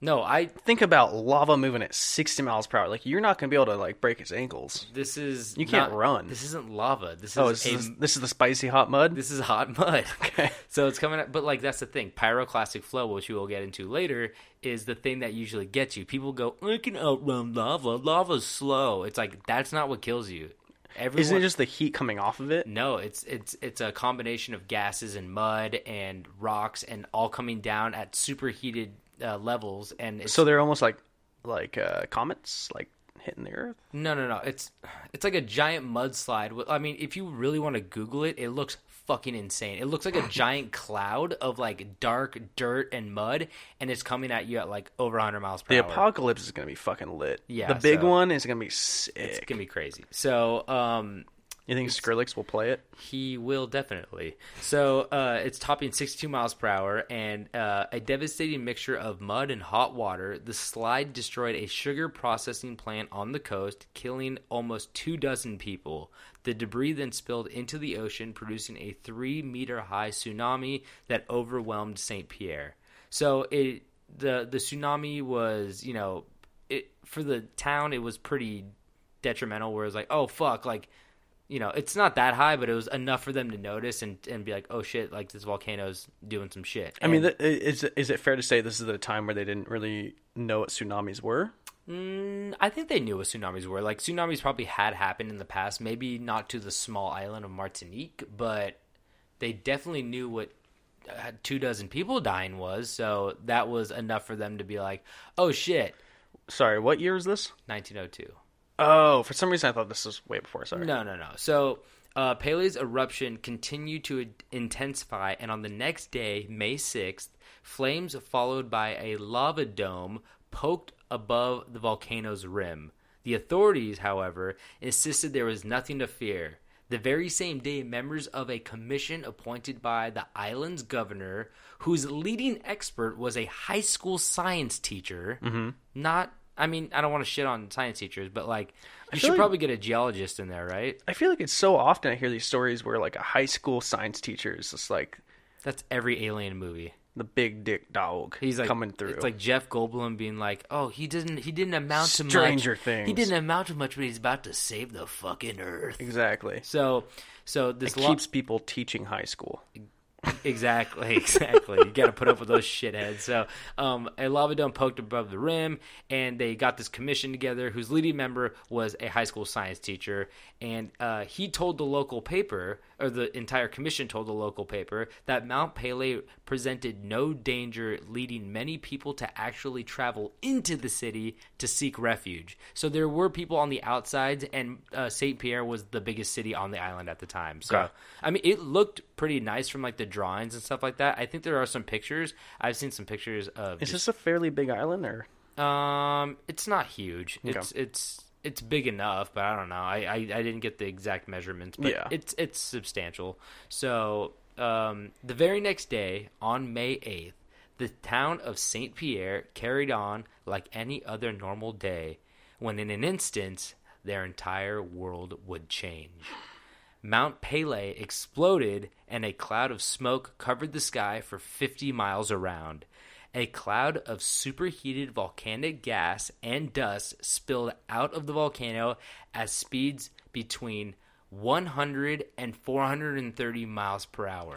S6: No, I.
S7: Think about lava moving at 60 miles per hour. Like you're not gonna be able to like break his ankles.
S6: This is
S7: You can't
S6: not-
S7: run.
S6: This isn't lava. This is
S7: Oh, this
S6: a
S7: is, this is the spicy hot mud.
S6: This is hot mud. Okay. So it's coming up, but like that's the thing. Pyroclastic flow, which we will get into later, is the thing that usually gets you. People go, I can outrun lava. Lava's slow. It's like that's not what kills you. Everyone,
S7: Isn't it just the heat coming off of it?
S6: no, it's it's it's a combination of gases and mud and rocks and all coming down at superheated uh, levels. And it's,
S7: So they're almost like like uh, comets, like hitting the earth.
S6: no, no, no. It's it's like a giant mudslide. With- I mean, if you really want to Google it, it looks fucking insane. It looks like a giant cloud of like dark dirt and mud, and it's coming at you at like over 100 miles per
S7: The
S6: hour.
S7: apocalypse is gonna be fucking lit.
S6: Yeah,
S7: the big
S6: so-
S7: one is gonna be
S6: it's
S7: sick.
S6: gonna be crazy. So, um,
S7: You think Skrillex will play it?
S6: He will definitely. So uh, it's topping 62 miles per hour, and uh, a devastating mixture of mud and hot water. The slide destroyed a sugar processing plant on the coast, killing almost two dozen people. The debris then spilled into the ocean, producing a three meter high tsunami that overwhelmed Saint Pierre. So it the the tsunami was you know it for the town it was pretty detrimental. Where it was like oh fuck like you know, it's not that high, but it was enough for them to notice and, and be like, oh shit, like this volcano's doing some shit.
S7: I mean,
S6: And-
S7: th- is is it fair to say this is the time where they didn't really know what tsunamis were?
S6: I think they knew what tsunamis were. Like, tsunamis probably had happened in the past, maybe not to the small island of Martinique, but they definitely knew what uh, two dozen people dying was. So that was enough for them to be like, oh shit,
S7: Sorry, what year is this?
S6: 1902.
S7: Oh, for some reason I thought this was way before. Sorry.
S6: No, no, no. So uh, Pele's eruption continued to intensify, and on the next day, May 6th, flames followed by a lava dome poked above the volcano's rim. The authorities, however, insisted there was nothing to fear. The very same day, members of a commission appointed by the island's governor, whose leading expert was a high school science teacher, not. I mean, I don't want to shit on science teachers, but like, you should
S7: feel like-
S6: probably get a geologist in there, right?
S7: I feel like it's so often I hear these stories where like a high school science teacher is just like
S6: That's every alien movie.
S7: the big dick dog.
S6: He's like
S7: coming through.
S6: It's like Jeff Goldblum being like, "Oh, he didn't. He didn't amount to
S7: Stranger
S6: much.
S7: Things.
S6: He didn't amount to much, but he's about to save the fucking earth."
S7: exactly
S6: So, so this
S7: keeps people teaching high school.
S6: Exactly, exactly. you got to put up with those shitheads. So, um, a lava dome poked above the rim, and they got this commission together whose leading member was a high school science teacher. And uh, he told the local paper, or the entire commission told the local paper, that Mount Pele presented no danger, leading many people to actually travel into the city to seek refuge. So, there were people on the outsides, and uh, St. Pierre was the biggest city on the island at the time. So,
S7: Okay.
S6: I mean, it looked pretty nice from like the drawings and stuff like that. I think there are some pictures. I've seen some pictures of.
S7: Is
S6: just-
S7: this a fairly big island, or
S6: um, it's not huge. It's it's it's big enough, but I don't know. I I, I didn't get the exact measurements, but
S7: Yeah.
S6: it's it's substantial. So, um, the very next day on May eighth, the town of Saint Pierre carried on like any other normal day, when in an instant their entire world would change. Mount Pele exploded and a cloud of smoke covered the sky for 50 miles around. A cloud of superheated volcanic gas and dust spilled out of the volcano at speeds between 100 and 430 miles per hour.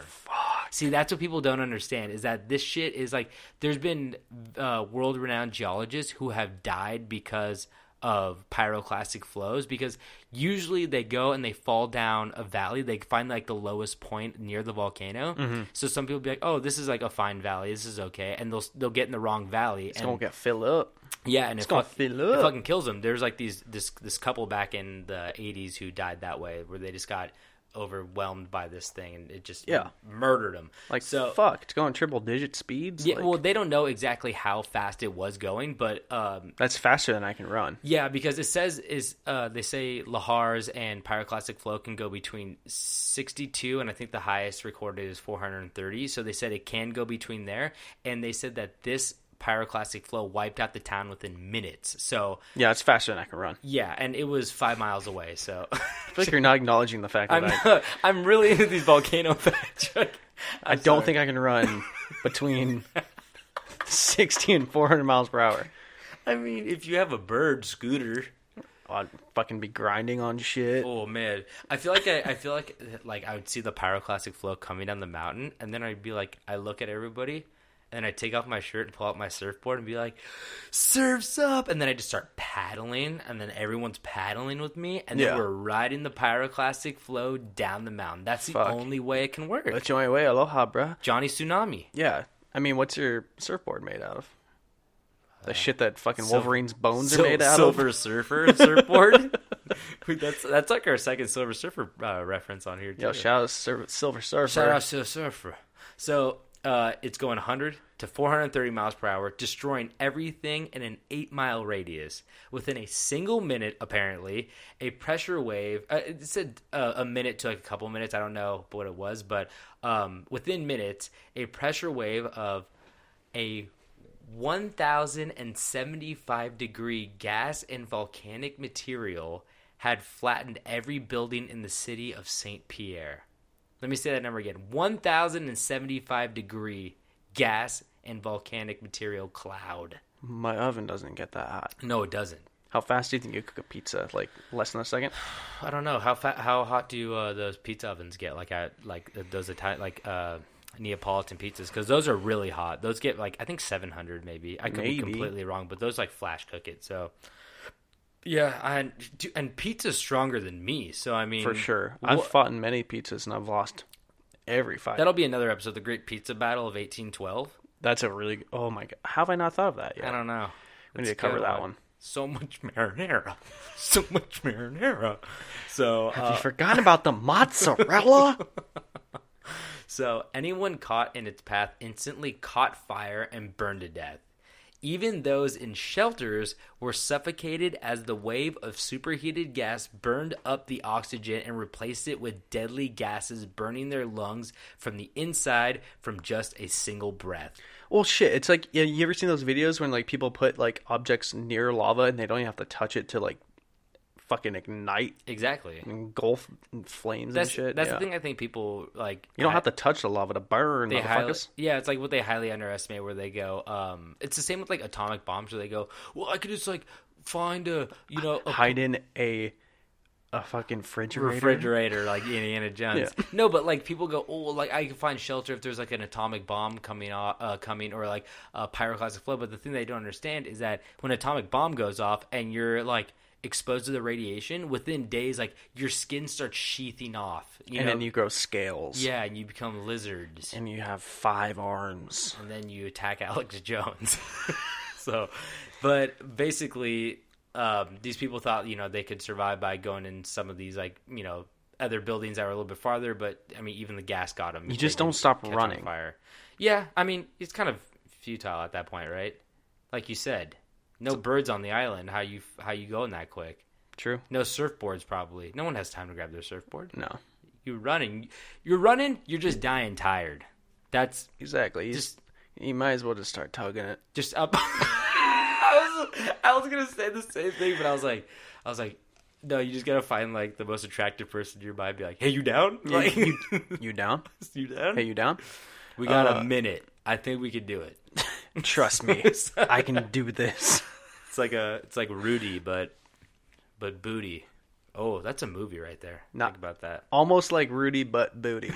S6: See, that's what people don't understand is that this shit is like there's been uh, world renowned geologists who have died because of pyroclastic flows because usually they go and they fall down a valley they find like the lowest point near the volcano
S7: Mm-hmm.
S6: so some people be like oh this is like a fine valley this is okay and they'll they'll get in the wrong valley
S7: it's
S6: and
S7: gonna get filled up?
S6: yeah, and it,
S7: gonna
S6: fuck-
S7: fill
S6: it
S7: up.
S6: fucking kills them. There's like these this this couple back in the '80s who died that way, where they just got overwhelmed by this thing, and it just
S7: Yeah.
S6: murdered them.
S7: Like,
S6: so,
S7: fuck, it's going triple digit speeds.
S6: yeah.
S7: Like,
S6: well, they don't know exactly how fast it was going, but um,
S7: that's faster than I can run.
S6: yeah, because it says is uh, they say lahars and pyroclastic flow can go between 62 and I think the highest recorded is 430. So they said it can go between there, and they said that this pyroclastic flow wiped out the town within minutes. So
S7: Yeah, it's faster than I can run.
S6: yeah, and it was five miles away, so
S7: I feel like you're not acknowledging the fact that
S6: I'm,
S7: I,
S6: I'm really into these volcano facts. Like,
S7: I don't think I can run between 60 and 400 miles per hour.
S6: I mean, if you have a bird scooter,
S7: I'd fucking be grinding on shit.
S6: oh man, I feel like I, I feel like like I would see the pyroclastic flow coming down the mountain, and then I'd be like, I look at everybody, and I take off my shirt and pull out my surfboard and be like, surfs up, and then I just start paddling, and then everyone's paddling with me, and then
S7: Yeah.
S6: we're riding the pyroclastic flow down the mountain. That's the
S7: Fuck.
S6: only way it can work.
S7: That's the only way. Aloha, bruh.
S6: Johnny Tsunami.
S7: Yeah. I mean, what's your surfboard made out of? The shit that fucking Wolverine's bones
S6: Uh, Sil-
S7: are made out
S6: Silver
S7: of?
S6: Surfer surfboard. that's that's like our second Silver Surfer uh, reference on here. Too.
S7: Yo, shout out Sur- Silver Surfer.
S6: Shout out to Surfer. So uh, it's going 100 to 430 miles per hour, destroying everything in an eight mile radius. Within a single minute, apparently, a pressure wave, uh, it said uh, a minute to like a couple minutes, I don't know what it was, but um, within minutes, a pressure wave of a 1075 degree gas and volcanic material had flattened every building in the city of St. Pierre. Let me say that number again 1075 degree gas and volcanic material cloud.
S7: My oven doesn't get that hot.
S6: No, it doesn't.
S7: How fast do you think you cook a pizza? Like, less than a second?
S6: I don't know how fa- how hot do uh, those pizza ovens get? Like I like uh, those Italian like uh, Neapolitan pizzas because those are really hot. Those get like I think seven hundred maybe. I could be
S7: Maybe.
S6: completely wrong, but those like flash cook it. So yeah, and dude, and pizza's stronger than me. So I mean
S7: For sure.
S6: Mm. wha-
S7: I've fought in many pizzas and I've lost every fight.
S6: that'll be another episode, the Great Pizza Battle of eighteen twelve.
S7: That's a really. Oh my god! How have I not thought of that yet?
S6: I don't know.
S7: We need
S6: It's
S7: to cover
S6: good
S7: that one.
S6: So much marinara, so much marinara. So uh,
S7: You forgot about the mozzarella?
S6: So anyone caught in its path instantly caught fire and burned to death. Even those in shelters were suffocated as the wave of superheated gas burned up the oxygen and replaced it with deadly gases burning their lungs from the inside from just a single breath.
S7: well, shit. It's like yeah, you ever seen those videos when like people put like objects near lava and they don't even have to touch it to like fucking ignite
S6: Exactly.
S7: and engulf in flames
S6: That's
S7: and shit.
S6: that's
S7: Yeah.
S6: the thing I think people like
S7: You don't
S6: I-
S7: have to touch the lava to burn,
S6: they highly,
S7: motherfuckers.
S6: yeah, it's like what they highly underestimate where they go. Um, it's the same with like atomic bombs where they go, well, I could just like find a you know a
S7: Hide in a a fucking refrigerator.
S6: refrigerator like Indiana Jones. No, but like people go, oh, like I can find shelter if there's like an atomic bomb coming off, uh, coming or like a pyroclastic flood. But the thing they don't understand is that when an atomic bomb goes off and you're like exposed to the radiation, within days, like your skin starts sheathing off. You
S7: and
S6: know,
S7: then you grow scales.
S6: yeah, and you become lizards,
S7: And you have five arms.
S6: and then you attack Alex Jones. so, but basically, um, these people thought you know they could survive by going in some of these like you know other buildings that were a little bit farther. But I mean, even the gas got them.
S7: You just don't stop running.
S6: Fire. Yeah, I mean, it's kind of futile at that point, right? Like you said, no birds on the island. How you how you going that quick?
S7: True.
S6: No surfboards, probably. No one has time to grab their surfboard.
S7: No.
S6: You're running. You're running. You're just dying tired. That's
S7: Exactly. You
S6: Just-
S7: just you might as well just start tugging it.
S6: just up. I was I was gonna say the same thing, but I was like, I was like, no, you just gotta find like the most attractive person nearby and be like, hey, you down? Like, you,
S7: You down?
S6: down?
S7: Hey, you down?
S6: we got
S7: uh,
S6: a minute. I think we could do it.
S7: Trust me, I can do this.
S6: It's like a it's like Rudy, but but booty. Oh, that's a movie right there.
S7: Nah.
S6: Think about that.
S7: Almost like Rudy, but booty.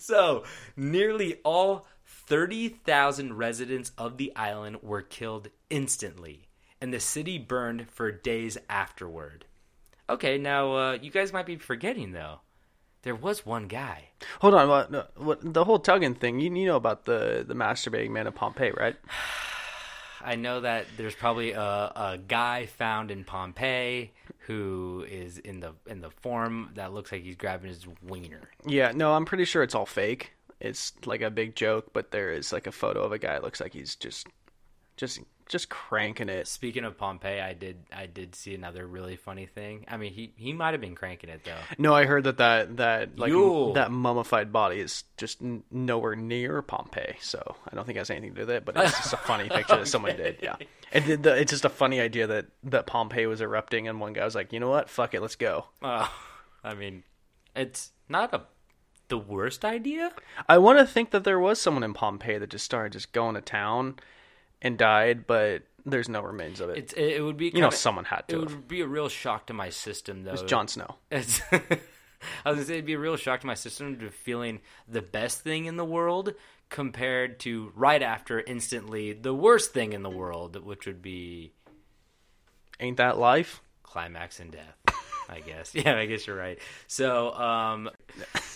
S6: So, nearly all 30,000 residents of the island were killed instantly, and the city burned for days afterward. Okay, now uh, you guys might be forgetting though. There was one guy.
S7: Hold on, what, no, what, the whole tugging thing. You, you know about the the masturbating man of Pompeii, right?
S6: I know that there's probably a, a guy found in Pompeii who is in the in the form that looks like he's grabbing his wiener.
S7: Yeah. No, I'm pretty sure it's all fake. It's like a big joke, but there is like a photo of a guy. It looks like he's just, just, just cranking it.
S6: Speaking of Pompeii, I did I did see another really funny thing. I mean, he he might have been cranking it though.
S7: No, I heard that that that like
S6: Yo.
S7: that mummified body is just n- nowhere near Pompeii, so I don't think it has anything to do with it. But it's just a funny picture that someone did. Yeah, and the, the, it's just a funny idea that that Pompeii was erupting, and one guy was like, "You know what? Fuck it, let's go."
S6: Uh, I mean, it's not a the worst idea.
S7: I want to think that there was someone in Pompeii that just started just going to town and died, but there's no remains of it.
S6: It's it, it would be
S7: you know,
S6: kinda-
S7: someone had
S6: It
S7: to. have.
S6: would be a real shock to my system, though.
S7: It's Jon Snow.
S6: It's- I was gonna say it'd be a real shock to my system to feeling the best thing in the world compared to right after instantly the worst thing in the world, which would be
S7: Ain't that life?
S6: climax and death. I guess. Yeah, I guess you're right. So, um,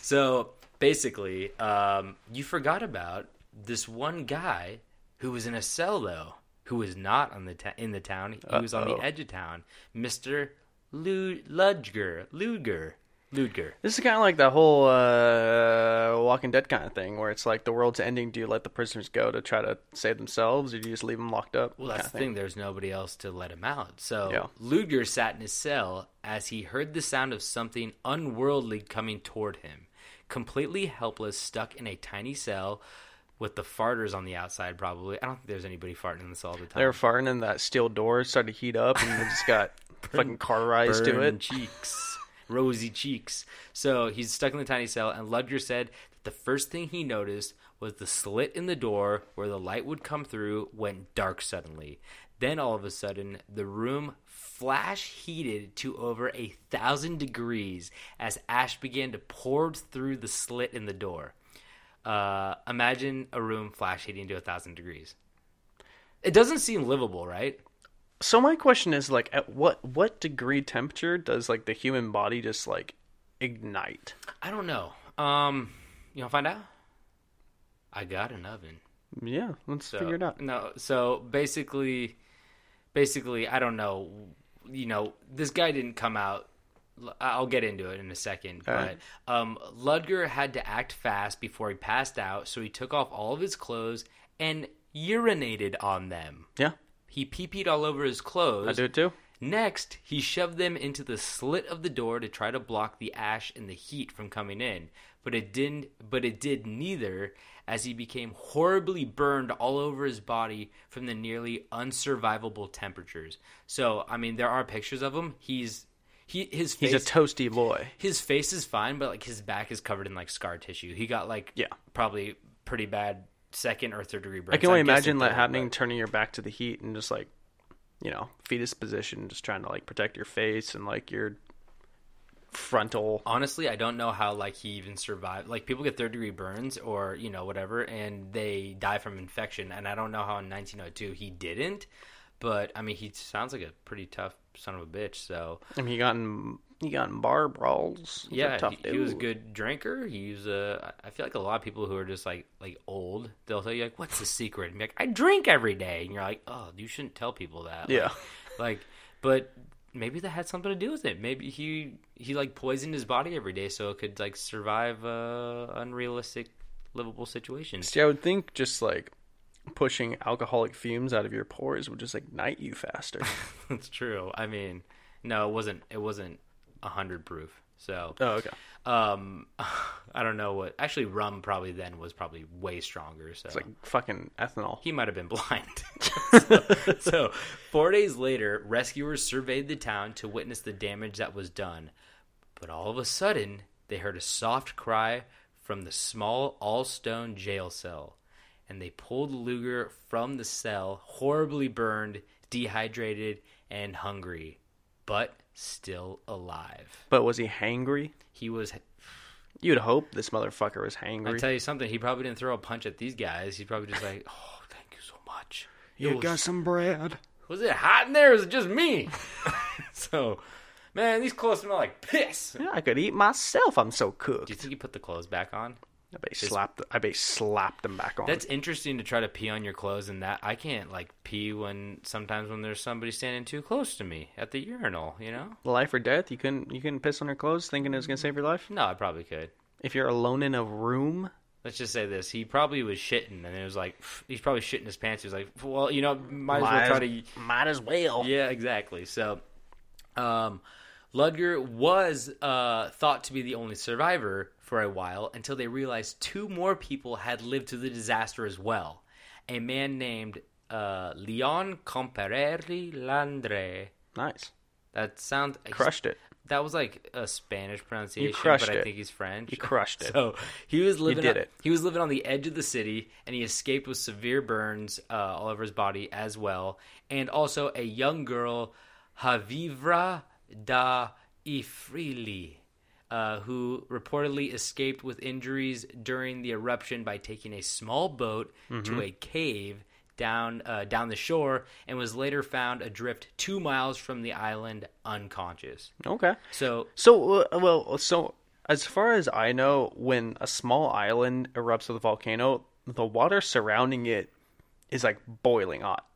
S6: so basically, um, you forgot about this one guy who was in a cell though, who was not on the ta- in the town. He was on the edge of town, Mister Ludger, Ludger, Ludger.
S7: This is kind of like that whole uh, Walking Dead kind of thing, where it's like the world's ending. Do you let the prisoners go to try to save themselves, or do you just leave them locked up?
S6: Well, that's the thing. There's nobody else to let him out. So
S7: Yeah.
S6: Luger sat in his cell as he heard the sound of something unworldly coming toward him. Completely helpless, stuck in a tiny cell with the farters on the outside, probably. I don't think there's anybody farting in the cell all the time.
S7: They were farting, and that steel door started to heat up, and they just got fucking carterized to
S6: Burned
S7: it.
S6: cheeks, rosy cheeks. So he's stuck in the tiny cell, and Ludger said that the first thing he noticed was the slit in the door where the light would come through went dark suddenly. Then all of a sudden, the room flash heated to over a thousand degrees as ash began to pour through the slit in the door. Uh, imagine a room flash heating to a thousand degrees. It doesn't seem livable, right?
S7: So my question is, like, at what what degree temperature does like the human body just like ignite?
S6: I don't know. Um, you want to find out? I got an oven.
S7: Yeah, let's
S6: So,
S7: figure it out.
S6: No, so basically, basically, I don't know. You know, this guy didn't come out. I- I'll get into it in a second, but um, Ludger had to act fast before he passed out, so he took off all of his clothes and urinated on them.
S7: Yeah,
S6: He pee peed all over his clothes.
S7: I do it too.
S6: Next, he shoved them into the slit of the door to try to block the ash and the heat from coming in, but it didn't but it did neither as he became horribly burned all over his body from the nearly unsurvivable temperatures. So, I mean, there are pictures of him. He's he his face
S7: He's a toasty boy.
S6: his face is fine, but like his back is covered in like scar tissue. He got like
S7: Yeah.
S6: probably pretty bad second or third degree burns.
S7: I can only
S6: I'm guessing
S7: imagine that
S6: third,
S7: happening,
S6: but-
S7: turning your back to the heat and just like you know, fetus position, just trying to like protect your face and like your frontal.
S6: honestly i don't know how like he even survived like people get third degree burns or you know whatever and they die from infection and i don't know how in 1902 he didn't but i mean he sounds like a pretty tough son of a bitch so
S7: I mean, he got in he got in bar brawls. He's a
S6: yeah
S7: tough
S6: he, he was a
S7: dude.
S6: good drinker he was a i feel like a lot of people who are just like like old they'll tell you like what's the secret and be like i drink every day and you're like oh you shouldn't tell people that Like,
S7: Yeah.
S6: like but maybe that had something to do with it maybe he he like poisoned his body every day so it could like survive uh unrealistic livable situations
S7: See, I would think just like pushing alcoholic fumes out of your pores would just ignite you faster.
S6: that's true i mean no it wasn't it wasn't 100 proof so
S7: oh, okay.
S6: um i don't know what actually rum probably then was probably way stronger so
S7: It's like fucking ethanol.
S6: he might have been blind. so, so, four days later, rescuers surveyed the town to witness the damage that was done. But all of a sudden, they heard a soft cry from the small, all stone jail cell. And they pulled Luger from the cell, horribly burned, dehydrated, and hungry, but still alive.
S7: But was he hangry?
S6: He was
S7: You'd hope this motherfucker was
S6: I
S7: hangry.
S6: tell you something. He probably didn't throw a punch at these guys. He's probably just like, "Oh, thank you so much. You got some bread." Was it hot in there? Or was it just me? so, man, these clothes smell like piss. Do
S7: yeah, I could eat myself. I'm so cooked.
S6: you think he put the clothes back on?
S7: I bet he slapped. I bet he slapped him back on.
S6: That's interesting to try to pee on your clothes, and that I can't like pee when sometimes when there's somebody standing too close to me at the urinal. You know?
S7: life or death. You couldn't. You couldn't piss on your clothes, thinking it was gonna save your life.
S6: No, I probably could.
S7: If you're alone in a room,
S6: Let's just say this: he probably was shitting, and it was like he's probably shitting his pants. He was like, "Well, you know, might as well try to."
S7: might as well.
S6: Yeah, exactly. So, um, Ludger was uh, thought to be the only survivor for a while until they realized two more people had lived through the disaster as well. A man named uh, Leon Compereri Landre.
S7: Nice.
S6: That sounds
S7: Crushed it.
S6: That was like a Spanish pronunciation,
S7: crushed
S6: but I
S7: it.
S6: think he's French.
S7: You crushed it.
S6: So he was living.
S7: did
S6: on,
S7: it.
S6: He was living on the edge of the city, and he escaped with severe burns uh, all over his body as well, and also a young girl, Havivra da Ifrili, uh, who reportedly escaped with injuries during the eruption by taking a small boat to
S7: Mm-hmm.
S6: a cave. Down, uh, down the shore, and was later found adrift two miles from the island, unconscious.
S7: Okay.
S6: So
S7: So uh, well, so as far as I know, when a small island erupts with a volcano, the water surrounding it is like boiling hot.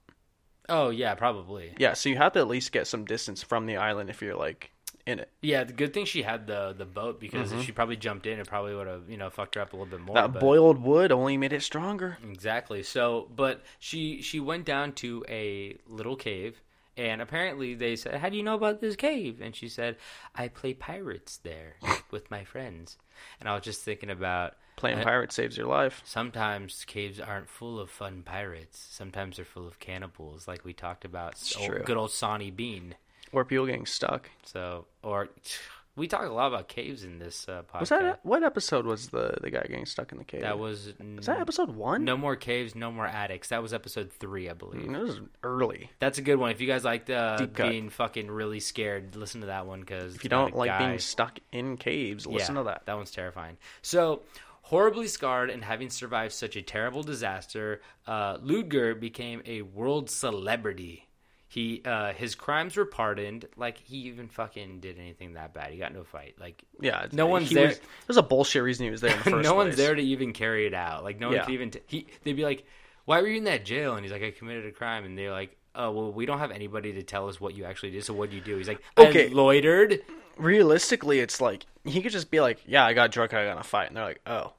S6: Oh yeah, probably.
S7: Yeah, so you have to at least get some distance from the island if you're like in it.
S6: Yeah, the good thing she had the the boat because if she probably jumped in, it probably would have you know fucked her up a little bit more.
S7: Mm-hmm. That
S6: but-
S7: boiled wood only made it stronger.
S6: exactly. So, but she she went down to a little cave, and apparently they said, "How do you know about this cave?" And she said, "I play pirates there with my friends." And I was just thinking about
S7: Playing pirate saves your life.
S6: sometimes caves aren't full of fun pirates. Sometimes they're full of cannibals, like we talked about. old-
S7: true.
S6: Good old Sonny Bean.
S7: Or people getting stuck.
S6: So, or we talk a lot about caves in this uh, podcast.
S7: Was that e-, what episode was the the guy getting stuck in the cave?
S6: That was
S7: was that episode one.
S6: No more caves, no more attics. That was episode three, I believe.
S7: it was early.
S6: That's a good one. If you guys liked uh,
S7: Mm-hmm. Deep cut.
S6: being fucking really scared, listen to that one because
S7: If you don't like being stuck in caves, listen to that.
S6: That one's terrifying. So, horribly scarred and having survived such a terrible disaster, uh, Ludger became a world celebrity. He uh, his crimes were pardoned. Like he even fucking did anything that bad. He got into a fight. Like
S7: Yeah,
S6: no
S7: he
S6: one's
S7: was-
S6: there.
S7: there's a bullshit reason he was there in the first
S6: no one's
S7: place.
S6: there to even carry it out. Like no one
S7: Yeah.
S6: could even. T- he they'd be like, "Why were you in that jail?" And he's like, "I committed a crime." And they're like, "Oh well, we don't have anybody to tell us what you actually did. So what do you do?" He's like, "I
S7: Okay.
S6: loitered."
S7: Realistically, it's like he could just be like, "Yeah, I got drunk, I got in a fight," and they're like, "Oh,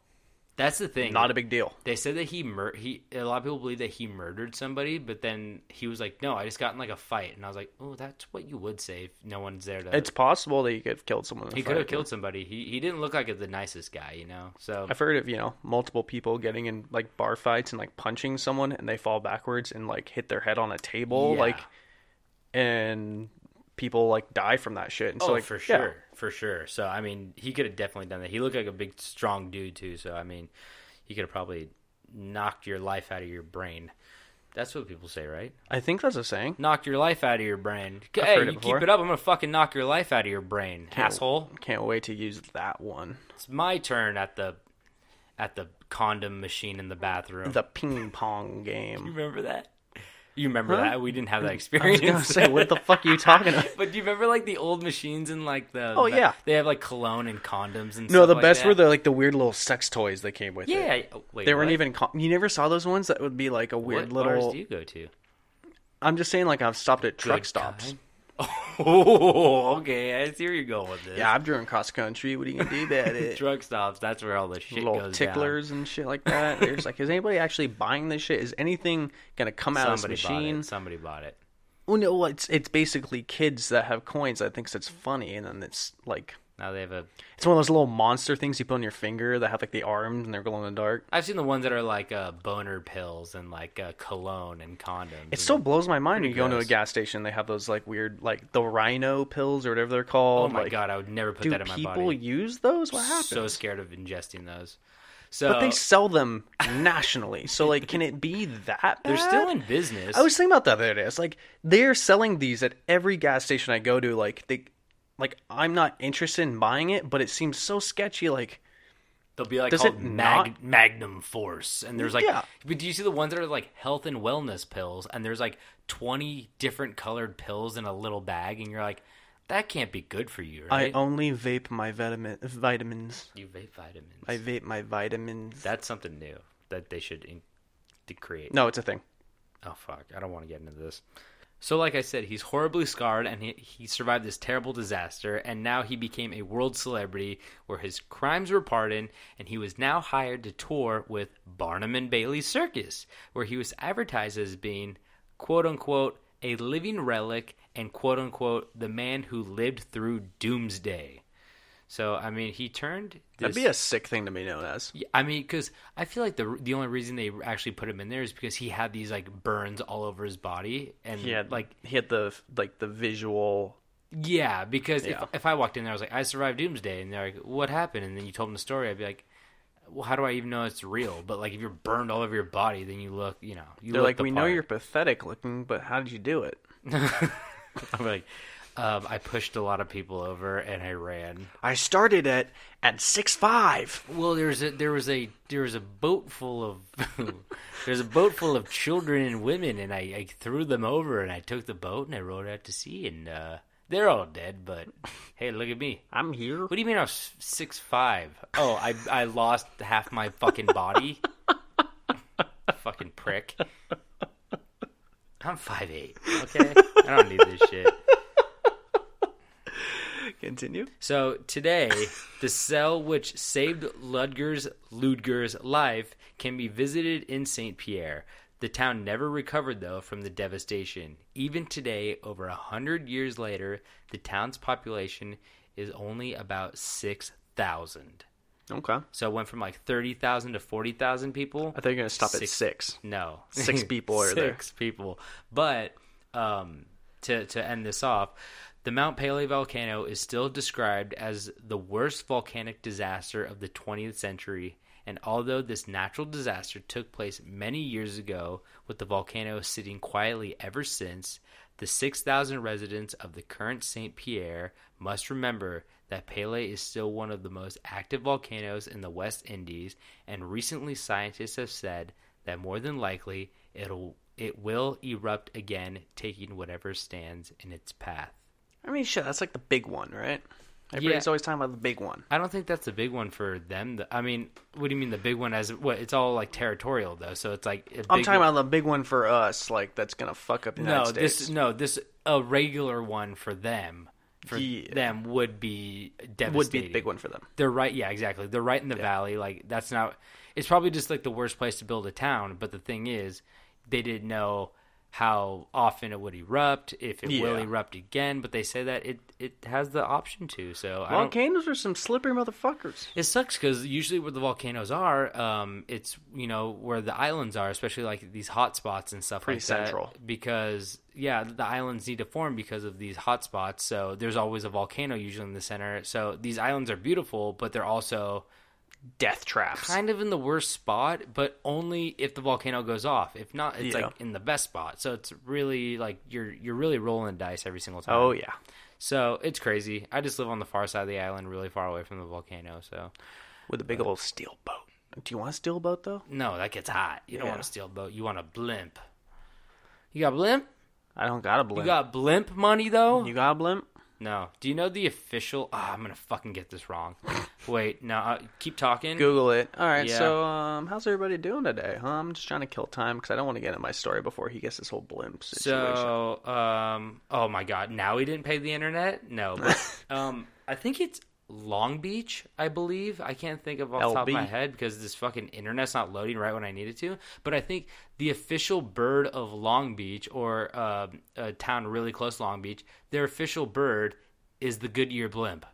S6: That's the thing.
S7: not a big deal."
S6: They said that he mur- he. A lot of people believe that he murdered somebody, but then he was like, "No, I just got in like a fight." And I was like, "Oh, that's what you would say if no one's there to."
S7: It's possible that he could have killed someone. In a
S6: he
S7: fight.
S6: could have killed somebody. He he didn't look like the nicest guy, you know. So
S7: I've heard of you know multiple people getting in like bar fights and like punching someone and they fall backwards and like hit their head on a table
S6: Yeah.
S7: like and people like die from that shit and so
S6: oh,
S7: like
S6: for
S7: yeah.
S6: sure, for sure. So I mean, he could have definitely done that. He looked like a big, strong dude too. So I mean, he could have probably knocked your life out of your brain. That's what people say, right?
S7: I think that's a saying.
S6: Knock your life out of your brain. hey,
S7: heard it
S6: you
S7: before.
S6: keep it up, I'm gonna fucking knock your life out of your brain, asshole.
S7: Can't wait to use that one.
S6: It's my turn at the at the condom machine in the bathroom.
S7: The ping pong
S6: you
S7: game.
S6: remember that? You remember
S7: Huh?
S6: that? We didn't have that
S7: I was
S6: experience.
S7: gonna say, what the fuck are you talking about?
S6: But do you remember like the old machines and like the
S7: Oh, yeah.
S6: they have like cologne and condoms and
S7: No,
S6: stuff
S7: the
S6: like
S7: best
S6: that.
S7: were the like the weird little sex toys that came with
S6: yeah
S7: it.
S6: oh, wait,
S7: They weren't
S6: what?
S7: even. Con- you never saw those ones that would be like a
S6: what
S7: weird
S6: bars
S7: little.
S6: do you go to
S7: I'm just saying, like I've stopped at truck
S6: Good
S7: stops.
S6: time. Oh, okay. I see where you're going with this.
S7: Yeah, I'm doing cross country. What are you gonna do about it?
S6: Drug stops. That's where all the shit
S7: little
S6: goes
S7: ticklers and shit like that. There's like, is anybody actually buying this shit? Is anything gonna come out
S6: Down.
S7: of
S6: Somebody
S7: this
S6: bought
S7: machine?
S6: it. Somebody bought it.
S7: Well, no, it's it's basically kids that have coins that thinks it's funny, and then it's like
S6: Now they have a.
S7: it's one of those little monster things you put on your finger that have like the arms and they're glow in the dark.
S6: I've seen the ones that are like uh, boner pills and like uh, cologne and condoms.
S7: It
S6: and-
S7: still blows my mind when you go into a
S6: Mm. gross.
S7: gas station. They have those like weird, like the rhino pills or whatever they're called.
S6: Oh my
S7: like,
S6: god! I would never put
S7: do
S6: that in my
S7: people
S6: body.
S7: use those? What happened?
S6: So scared of ingesting those. So
S7: but they sell them nationally. so like, can it be that? Bad?
S6: they're still in business.
S7: I was thinking about that the other day. It's like they're selling these at every gas station I go to. Like they, like I'm not interested in buying it, but it seems so sketchy. Like
S6: They'll be like
S7: Does
S6: called
S7: it
S6: Mag- Magnum Force, and there's like,
S7: Yeah.
S6: but do you see the ones that are like health and wellness pills, and there's like twenty different colored pills in a little bag, and you're like, that can't be good for you,
S7: I
S6: right?
S7: only vape my vitamin vitamins.
S6: you vape vitamins.
S7: I vape my vitamins.
S6: That's something new that they should in- to create.
S7: No, it's a thing.
S6: Oh fuck, I don't want to get into this. So like I said, he's horribly scarred and he, he survived this terrible disaster and now he became a world celebrity where his crimes were pardoned and he was now hired to tour with Barnum and Bailey Circus where he was advertised as being quote unquote a living relic and quote unquote the man who lived through doomsday. So I mean, he turned this
S7: That'd be a sick thing to be known as.
S6: yeah, I mean, because I feel like the the only reason they actually put him in there is because he had these like burns all over his body, and
S7: He had
S6: like
S7: like he had the like the visual.
S6: yeah, because
S7: Yeah.
S6: if if I walked in there, I was like, I survived Doomsday, and they're like, what happened? And then you told them the story, I'd be like, well, how do I even know it's real? But like, if you're burned all over your body, then you look, you know, you
S7: They're
S6: look
S7: like,
S6: the
S7: we know
S6: part."
S7: you're pathetic looking, but how did you do it?
S6: I'm like, um, I pushed a lot of people over and I ran.
S7: I started it at six five.
S6: Well, there's a there was a there was a boat full of there's a boat full of children and women, and I, I threw them over, and I took the boat and I rowed out to sea, and uh, they're all dead. But hey, look at me.
S7: I'm here.
S6: What do you mean I'm s- six five? Oh, I I lost half my fucking body. fucking prick. I'm five eight. Okay, I don't need this shit.
S7: Continue.
S6: So today, the cell which saved Ludger's Ludger's life can be visited in Saint Pierre. The town never recovered though from the devastation. Even today, over a hundred years later, the town's population is only about six thousand.
S7: Okay. I
S6: So it went from like thirty thousand to forty thousand people.
S7: thought you were gonna stop at six.
S6: No,
S7: Six people are there.
S6: Six people. But um, to to end this off, the Mount Pelee volcano is still described as the worst volcanic disaster of the 20th century. And although this natural disaster took place many years ago, with the volcano sitting quietly ever since, the 6,000 residents of the current St. Pierre must remember that Pele is still one of the most active volcanoes in the West Indies, and recently scientists have said that more than likely it'll it will erupt again, taking whatever stands in its path.
S7: I mean, shit, that's like the big one, right? Everybody's
S6: Yeah.
S7: always talking about the big one.
S6: I don't think that's a big one for them. th- I mean, what do you mean the big one? As what? It's all like territorial though, so it's like a
S7: I'm
S6: big
S7: talking
S6: one-
S7: about the big one for us, like that's gonna fuck up the United
S6: no
S7: States.
S6: this no this a regular one for them for
S7: Yeah.
S6: them would be devastating.
S7: would be the big one for them.
S6: They're right. Yeah, exactly. They're right in the valley. Like that's not. It's probably just like the worst place to build a town. But the thing is, they didn't know how often it would erupt, if it will
S7: Yeah.
S6: erupt again. But they say that it it has the option to. So I don't.
S7: Volcanoes are some slippery motherfuckers.
S6: It sucks because usually where the volcanoes are, um, it's you know where the islands are, especially like these hot spots and stuff
S7: Pretty
S6: like
S7: central.
S6: that. Because yeah, the islands need to form because of these hot spots. So there's always a volcano usually in the center. So these islands are beautiful, but they're also
S7: death traps.
S6: kind of in the worst spot, but only if the volcano goes off. If not, it's
S7: Yeah.
S6: like in the best spot. So it's really like you're you're really rolling the dice every single time.
S7: Oh yeah.
S6: So it's crazy. I just live on the far side of the island, really far away from the volcano. So
S7: With a big old steel boat. Do you want a steel boat though?
S6: no, that gets hot. You don't
S7: Yeah.
S6: want a steel boat. You want a blimp. You got blimp?
S7: I don't got a blimp.
S6: You got blimp money though?
S7: You got a blimp?
S6: no. Do you know the official? Ah, I'm gonna fucking get this wrong. Wait, no. Uh, keep talking.
S7: Google it. All right.
S6: Yeah.
S7: So, um, how's everybody doing today? Huh? I'm just trying to kill time because I don't want to get in my story before he gets this whole blimp situation.
S6: So, um, oh my God, now he didn't pay the internet? No, but, um, I think it's Long Beach, I believe. I can't think of off the top of my
S7: LB.
S6: head because this fucking internet's not loading right when I need it to. But I think the official bird of Long Beach or uh, a town really close to Long Beach, their official bird is the Goodyear blimp.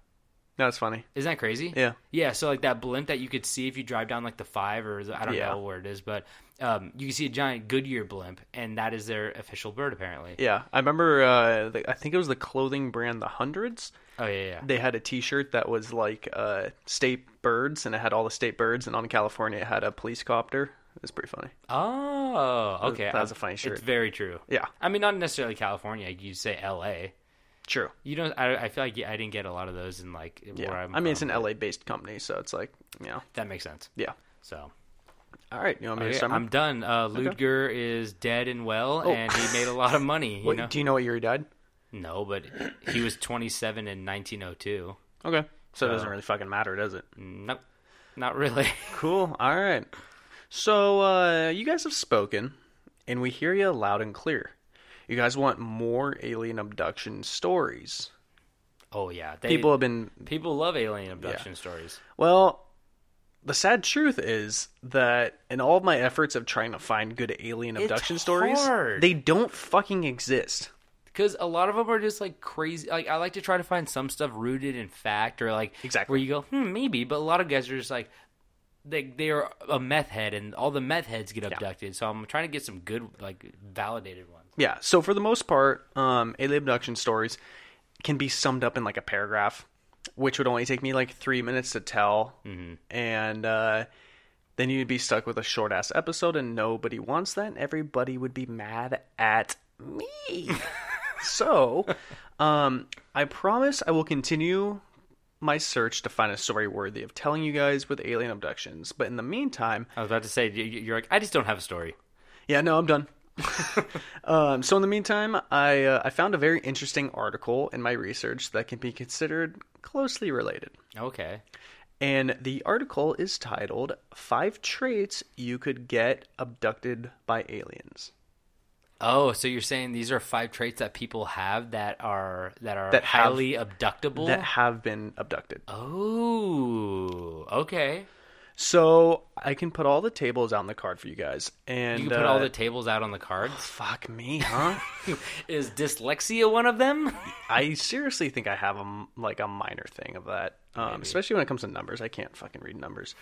S7: That's funny.
S6: Isn't that crazy?
S7: Yeah.
S6: Yeah. So like that blimp that you could see if you drive down like the five or the, I don't
S7: Yeah.
S6: know where it is, but um, you can see a giant Goodyear blimp, and that is their official bird apparently.
S7: Yeah, I remember. Uh, the, I think it was the clothing brand, the Hundreds.
S6: Oh yeah, yeah.
S7: They had a T-shirt that was like uh, state birds, and it had all the state birds. And on California, it had a police copter. It's pretty funny.
S6: Oh, okay.
S7: that was a
S6: I-
S7: funny shirt.
S6: It's very true.
S7: Yeah.
S6: I mean, not necessarily California. You say L.A.
S7: True.
S6: You don't. I, I feel like I didn't get a lot of those in like
S7: Yeah.
S6: where
S7: i
S6: I'm.
S7: mean, it's
S6: from.
S7: an LA-based company, so it's like, you know,
S6: That makes sense.
S7: yeah.
S6: So
S7: All right, you want me
S6: okay,
S7: to start? my-
S6: I'm done. Uh, Ludger is dead and well, and he made a lot of money. You
S7: Oh. Wait,
S6: know?
S7: Do you know what year he died?
S6: No, but he was 27 in 1902.
S7: Okay, so it
S6: Uh,
S7: doesn't really fucking matter, does it?
S6: Nope, not really.
S7: Cool. All right. So uh, you guys have spoken, and we hear you loud and clear. You guys want more alien abduction stories?
S6: Oh yeah, they,
S7: People
S6: people
S7: have been
S6: people love alien abduction stories.
S7: Well, the sad truth is that in all of my efforts of trying to find good alien abduction stories,
S6: hard.
S7: they don't fucking exist.
S6: because a lot of them are just like crazy. Like I like to try to find some stuff rooted in fact or like
S7: Exactly.
S6: where you go, hmm, maybe. But a lot of guys are just like they they are a meth head, and all the meth heads get abducted. So I'm trying to get some good like validated ones.
S7: Yeah. So for the most part, um, alien abduction stories can be summed up in like a paragraph, which would only take me like three minutes to tell, and uh, then you'd be stuck with a short ass episode, and nobody wants that. And everybody would be mad at me. so, um, I promise I will continue my search to find a story worthy of telling you guys with alien abductions. But in the meantime,
S6: I was about to say you- you- you're like I just don't have a story.
S7: yeah, no, I'm done. um, so in the meantime, I uh, I found a very interesting article in my research that can be considered closely related,
S6: Okay,
S7: and the article is titled Five Traits You Could Get Abducted by Aliens."
S6: Oh, so you're saying these are five traits that people have that are that are
S7: That have-
S6: highly abductable?
S7: That have been abducted.
S6: oh, okay.
S7: So I can put all the tables out on the card for you guys, and
S6: You can put all
S7: uh,
S6: the tables out on the cards.
S7: fuck me, huh?
S6: Is dyslexia one of them?
S7: I seriously think I have a m- like a minor thing of that, um, especially when it comes to numbers. I can't fucking read numbers.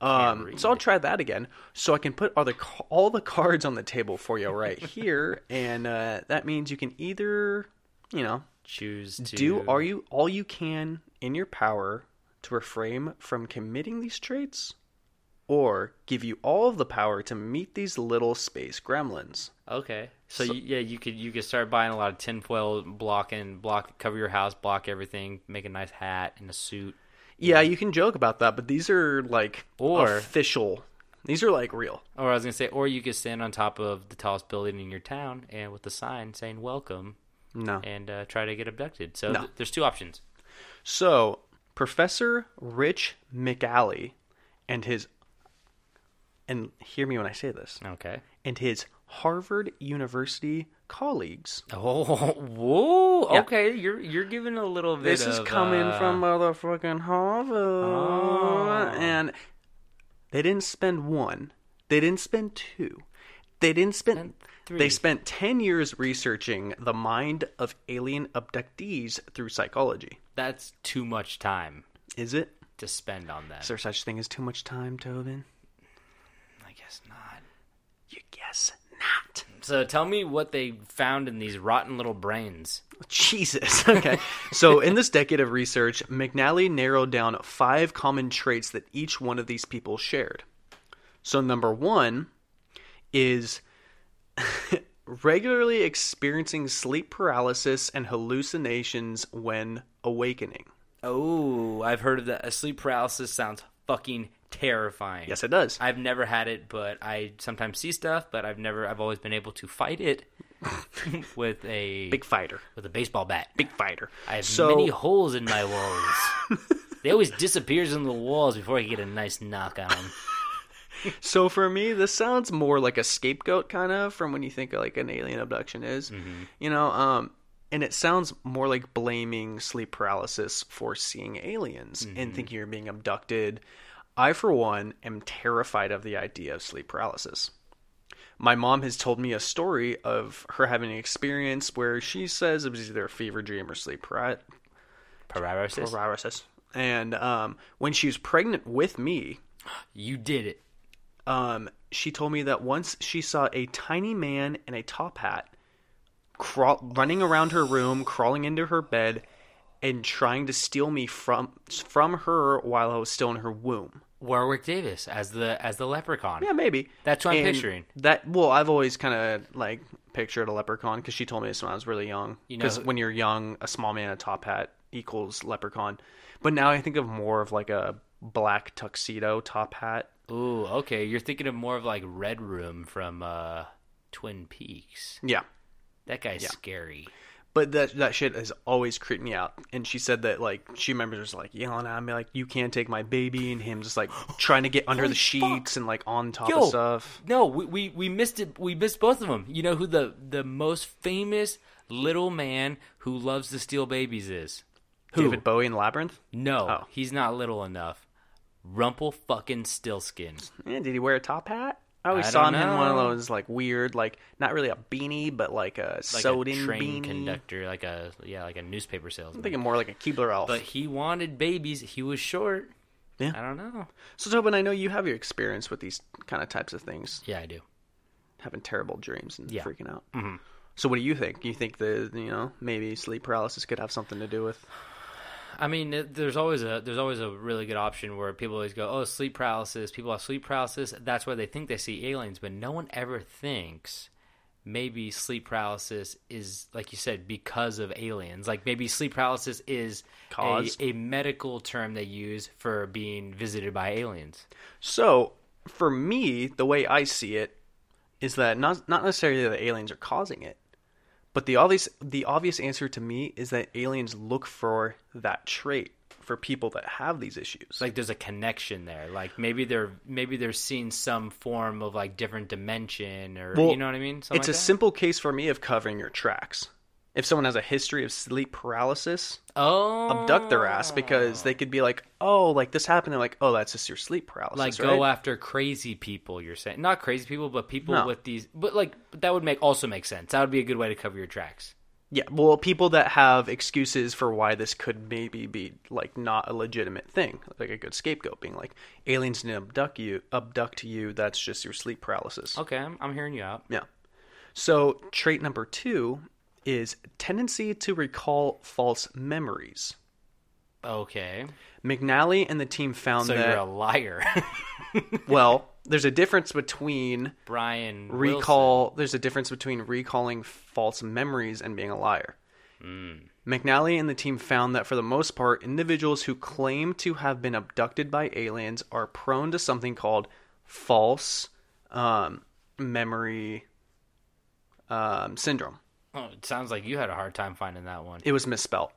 S7: Um, So I'll try that again, so I can put all the ca- all the cards on the table for you right here, and uh, that means you can either, you know,
S6: Choose to
S7: do are you all you can in your power to refrain from committing these traits, or give you all of the power to meet these little space gremlins.
S6: Okay. So, you, yeah, you could you could start buying a lot of tinfoil, block and block, cover your house, block everything, make a nice hat and a suit.
S7: Yeah, you can joke about that, but these are like
S6: Or-
S7: official. These are like real.
S6: Or I was gonna say, or you could stand on top of the tallest building in your town and with a sign saying "Welcome"
S7: No.
S6: and uh, try to get abducted. So
S7: No.
S6: th- there's two options.
S7: So, Professor Rich McAlley and his and hear me when I say this.
S6: Okay.
S7: And his Harvard University colleagues.
S6: Oh, whoa!
S7: Yeah.
S6: Okay, you're you're giving a little bit.
S7: This is
S6: of,
S7: coming
S6: uh, Oh.
S7: from motherfucking Harvard. And they didn't spend one. They didn't spend two. They didn't spend. They spent 10 years researching the mind of alien abductees through psychology.
S6: That's too much time
S7: Is it?
S6: to spend on that.
S7: Is there such thing as too much time, Tobin?
S6: I guess not.
S7: You guess not. not.
S6: So tell me what they found in these rotten little brains.
S7: Jesus. Okay. so, in this decade of research, McNally narrowed down five common traits that each one of these people shared. So, number one is regularly experiencing sleep paralysis and hallucinations when awakening.
S6: Oh, I've heard of that. A sleep paralysis sounds fucking terrifying.
S7: Yes, it does.
S6: I've never had it, but I sometimes see stuff, but I've never I've always been able to fight it with a
S7: Big fighter.
S6: with a baseball bat.
S7: Big fighter.
S6: I have
S7: so,
S6: many holes in my walls. they always disappears in the walls before I get a nice knock on them.
S7: So for me, this sounds more like a scapegoat kind of from when you think of like an alien abduction is, you know. Um, and it sounds more like blaming sleep paralysis for seeing aliens and thinking you're being abducted. I, for one, am terrified of the idea of sleep paralysis. My mom has told me a story of her having an experience where she says it was either a fever dream or sleep parat-
S6: Paralysis.
S7: paralysis. And um, when she was pregnant with me,
S6: You did it.
S7: um, she told me that once she saw a tiny man in a top hat crawl, running around her room, crawling into her bed, and trying to steal me from from her while I was still in her womb.
S6: Warwick Davis as the as the leprechaun.
S7: Yeah, maybe
S6: That's what I'm picturing.
S7: That well, I've always kind of like pictured a leprechaun because she told me this when I was really young.
S6: You know-
S7: Because when you're young, a small man in a top hat equals leprechaun. But now I think of more of like a black tuxedo top hat.
S6: Ooh, okay. You're thinking of more of like Red Room from uh Twin Peaks.
S7: Yeah.
S6: That guy's scary.
S7: But that that shit has always creeped me out. And she said that like she remembers just like yelling at me like you can't take my baby and him just like trying to get under the sheets and like on top
S6: Yo,
S7: of stuff.
S6: No, we, we we missed it. We missed both of them. You know who the the most famous little man who loves to steal babies is? Who?
S7: David Bowie in Labyrinth.
S6: no,
S7: Oh.
S6: he's not little enough. Rumple fucking Stillskin.
S7: Eh, did he wear a top hat? I always
S6: I
S7: saw him
S6: don't
S7: in one of
S6: know.
S7: those like weird like not really a beanie but like a
S6: Like
S7: sewed in
S6: a train
S7: beanie.
S6: conductor, like a yeah, like a newspaper
S7: I'm
S6: salesman.
S7: thinking more like a Keebler elf.
S6: But he wanted babies. He was short.
S7: Yeah.
S6: I don't know.
S7: so Tobin, I know you have your experience with these kind of types of things,
S6: Yeah, I do.
S7: having terrible dreams and
S6: Yeah.
S7: freaking out. Mm-hmm. So what do you think? You think the you know maybe sleep paralysis could have something to do with?
S6: I mean, it- there's always a there's always a really good option where people always go, "Oh, sleep paralysis." People have sleep paralysis. That's why they think they see aliens, but no one ever thinks maybe sleep paralysis is like you said because of aliens. Like maybe sleep paralysis is a,
S7: Caused.
S6: a medical term they use for being visited by aliens.
S7: So, for me, the way I see it is that not not necessarily that the aliens are causing it, but the obvious the obvious answer to me is that aliens look for that trait for people that have these issues.
S6: Like there's a connection there. Like maybe they're maybe they're seeing some form of like different dimension or you know what I mean. Something
S7: it's
S6: like
S7: a
S6: that.
S7: simple case for me of covering your tracks. If someone has a history of sleep paralysis,
S6: oh
S7: abduct their ass because they could be like, "Oh, like this happened," and like, "Oh, that's just your sleep paralysis."
S6: like
S7: right?
S6: go after crazy people you're saying not crazy people but people
S7: No.
S6: with these but like that would make also make sense that would be a good way to cover your tracks
S7: Yeah, well, people that have excuses for why this could maybe be like not a legitimate thing, like a good scapegoat, being like aliens didn't abduct you, abduct you. That's just your sleep paralysis.
S6: okay i'm, I'm hearing you out
S7: Yeah. So trait number two is tendency to recall false memories.
S6: okay
S7: McNally and the team found
S6: so you're a
S7: that
S6: liar
S7: well, there's a difference between
S6: brian Wilson.
S7: recall there's a difference between recalling false memories and being a liar mcnally and the team found that for the most part individuals who claim to have been abducted by aliens are prone to something called false um, memory um, syndrome
S6: oh, it sounds like you had a hard time finding that one
S7: it was misspelled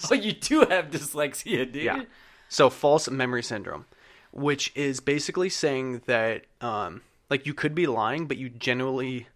S6: so you do have dyslexia dude
S7: Yeah. So false memory syndrome, which is basically saying that um, like you could be lying, but you genuinely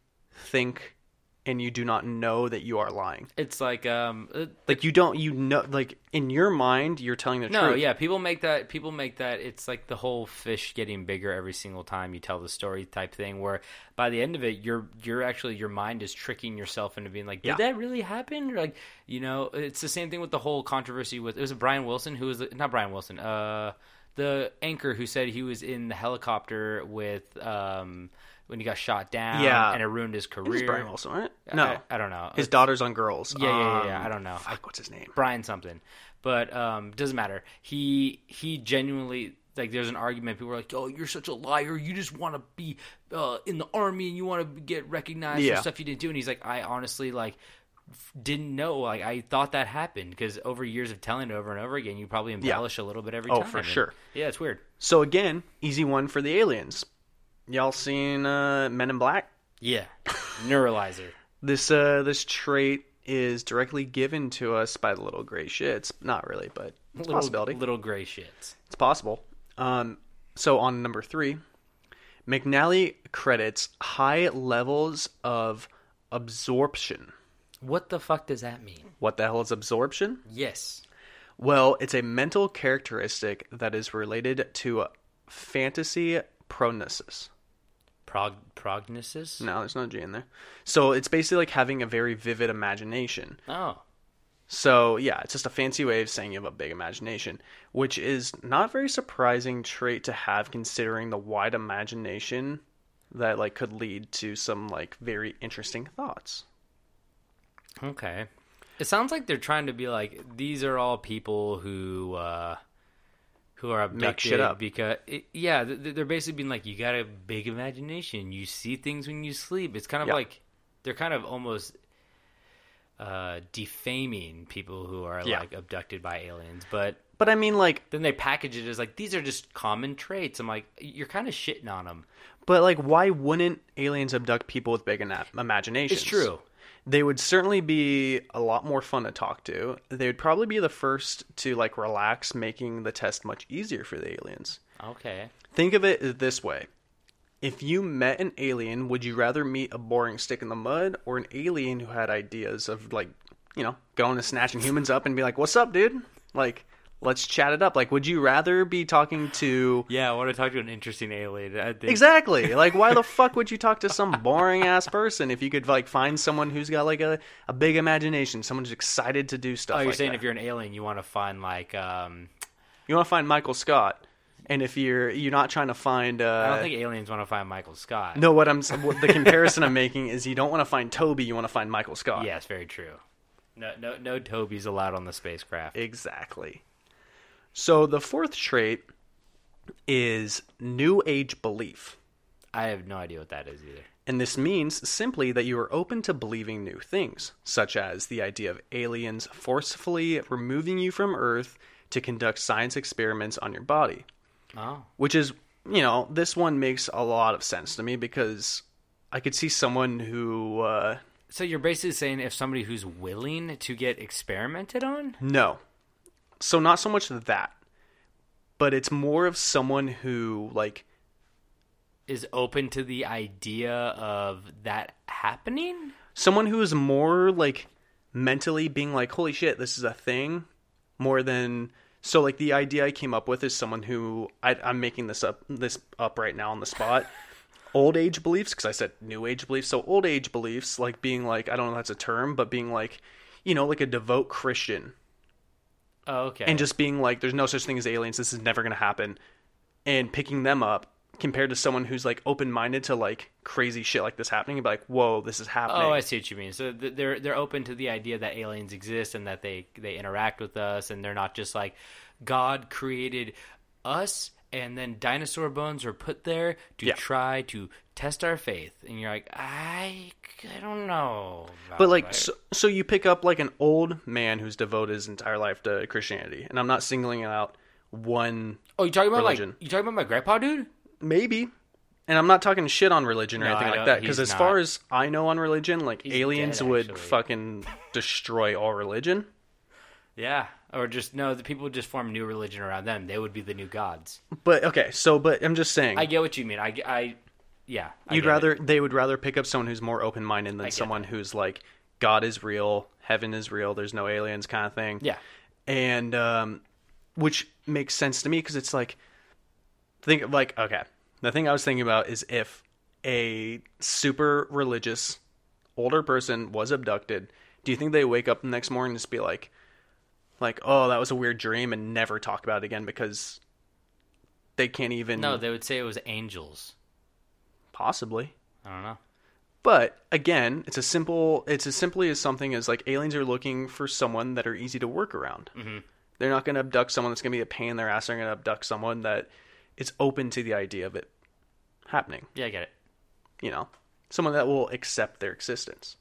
S7: think and you do not know that you are lying.
S6: it's like um uh,
S7: Like you don't you know like in your mind you're telling the
S6: no
S7: truth.
S6: yeah people make that people make that it's like the whole fish getting bigger every single time you tell the story type thing where by the end of it you're you're actually your mind is tricking yourself into being like did
S7: Yeah.
S6: that really happen or like you know it's the same thing with the whole controversy with it was brian wilson who was the- not brian wilson uh the anchor who said he was in the helicopter with um when he got shot down.
S7: Yeah.
S6: and it ruined his career.
S7: It is Brian Wilson, right? No,
S6: I, I don't know.
S7: his daughter's on Girls.
S6: Yeah, yeah, yeah, yeah.
S7: Um,
S6: I don't know.
S7: Fuck, what's his name?
S6: Brian something, but um, doesn't matter. He he genuinely like there's an argument. People are like, "Oh, you're such a liar. You just want to be uh, in the army and you want to get recognized
S7: Yeah.
S6: for stuff you didn't do." And he's like, "I honestly like f- didn't know. Like I thought that happened because over years of telling it over and over again, you probably embellish a little bit every
S7: Oh,
S6: time."
S7: for
S6: And-
S7: sure.
S6: Yeah, it's weird.
S7: So again, easy one for the aliens. Y'all seen uh, Men in Black?
S6: Yeah, neuralizer.
S7: This uh, this trait is directly given to us by the little gray shits. Not really, but it's a
S6: Little,
S7: possibility.
S6: little gray shits.
S7: It's possible. Um, so on number three, McNally credits high levels of absorption.
S6: What the fuck does that mean?
S7: What the hell is absorption?
S6: Yes.
S7: Well, it's a mental characteristic that is related to fantasy prognosis.
S6: Prog- prognosis?
S7: No, there's no G in there. So it's basically like having a very vivid imagination.
S6: Oh.
S7: So yeah, it's just a fancy way of saying you have a big imagination, which is not a very surprising trait to have considering the wide imagination that like could lead to some like very interesting thoughts.
S6: Okay. It sounds like they're trying to be like these are all people who uh who are abducted
S7: Make shit up.
S6: because it, yeah, th- th- they're basically being like you got a big imagination. You see things when you sleep. It's kind of
S7: Yeah.
S6: like they're kind of almost uh defaming people who are
S7: Yeah.
S6: like abducted by aliens, but
S7: But I mean like
S6: then they package it as like these are just common traits. I'm like you're kind of shitting on them.
S7: but like why wouldn't aliens abduct people with big ina- imaginations?
S6: It's true.
S7: They would certainly be a lot more fun to talk to. They would probably be the first to like relax, making the test much easier for the aliens.
S6: Okay.
S7: Think of it this way. If you met an alien, would you rather meet a boring stick in the mud or an alien who had ideas of like, you know, going and snatching humans up and be like, "What's up, dude? Like, let's chat it up." Like, would you rather be talking to
S6: Yeah, I want to talk to an interesting alien. I think
S7: Exactly. Like, why the fuck would you talk to some boring ass person if you could like find someone who's got like a, a big imagination, someone who's excited to do stuff?
S6: Oh, you're
S7: like
S6: saying
S7: that.
S6: if you're an alien, you want to find like um
S7: you want to find Michael Scott, and if you're you're not trying to find, uh,
S6: I don't think aliens want to find Michael Scott.
S7: No, what I'm what the comparison I'm making is you don't want to find Toby, you want to find Michael Scott.
S6: Yes, very true. No, no, no. Toby's allowed on the spacecraft.
S7: exactly. So the fourth trait is new age belief,
S6: I have no idea what that is either.
S7: and this means simply that you are open to believing new things, such as the idea of aliens forcefully removing you from Earth to conduct science experiments on your body.
S6: Oh,
S7: which is you know this one makes a lot of sense to me because i could see someone who uh
S6: so you're basically saying if somebody who's willing to get experimented on?
S7: no so not so much that but it's more of someone who like
S6: is open to the idea of that happening.
S7: someone who is more like mentally being like holy shit this is a thing more than so like the idea i came up with is someone who I, i'm making this up this up right now on the spot old age beliefs because i said new age beliefs so old age beliefs like being like i don't know if that's a term but being like you know like a devout christian
S6: Oh, okay.
S7: and just being like there's no such thing as aliens this is never going to happen and picking them up compared to someone who's like open-minded to like crazy shit like this happening and be like whoa this is happening
S6: oh, I see what you mean. So th- they're they're open to the idea that aliens exist and that they they interact with us, and they're not just like God created us and then dinosaur bones were put there to
S7: Yeah.
S6: try to test our faith. And you're like, I I don't know. about
S7: But like,
S6: that."
S7: so, so you pick up like an old man who's devoted his entire life to Christianity, and I'm not singling out one,
S6: oh, you talking about
S7: religion.
S6: like you talking about my grandpa, dude?
S7: maybe, and I'm not talking shit on religion or
S6: No, I
S7: anything
S6: don't-
S7: like that. Because
S6: he's
S7: as far
S6: not.
S7: as I know on religion, like aliens
S6: dead,
S7: would
S6: actually.
S7: fucking destroy all religion.
S6: Yeah, or just no, the people would just form new religion around them. They would be the new gods.
S7: But okay, so but I'm just saying,
S6: I get what you mean. I, I yeah. I
S7: you'd
S6: get it.
S7: rather they would rather pick up someone who's more open minded than someone who's like God is real, heaven is real, there's no aliens kind of thing.
S6: Yeah.
S7: and um, which makes sense to me because it's like think of like okay the thing i was thinking about is if a super religious older person was abducted do you think they wake up the next morning and just be like like oh that was a weird dream and never talk about it again because they can't even
S6: No, they would say it was angels.
S7: Possibly.
S6: I don't know.
S7: But again, it's as simple. It's as simply as something as like aliens are looking for someone that are easy to work around. Mm-hmm. They're not going to abduct someone that's going to be a pain in their ass. They're going to abduct someone that is open to the idea of it happening.
S6: Yeah, I get it.
S7: You know, someone that will accept their existence.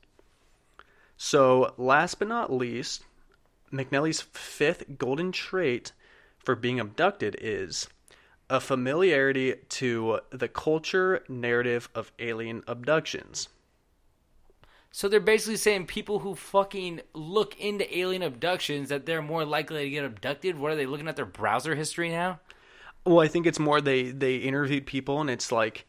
S7: So, last but not least, McNally's fifth golden trait for being abducted is a familiarity to the culture narrative of alien abductions.
S6: So they're basically saying people who fucking look into alien abductions that they're more likely to get abducted. What are they looking at their browser history now?
S7: Well, I think it's more they they interviewed people and it's like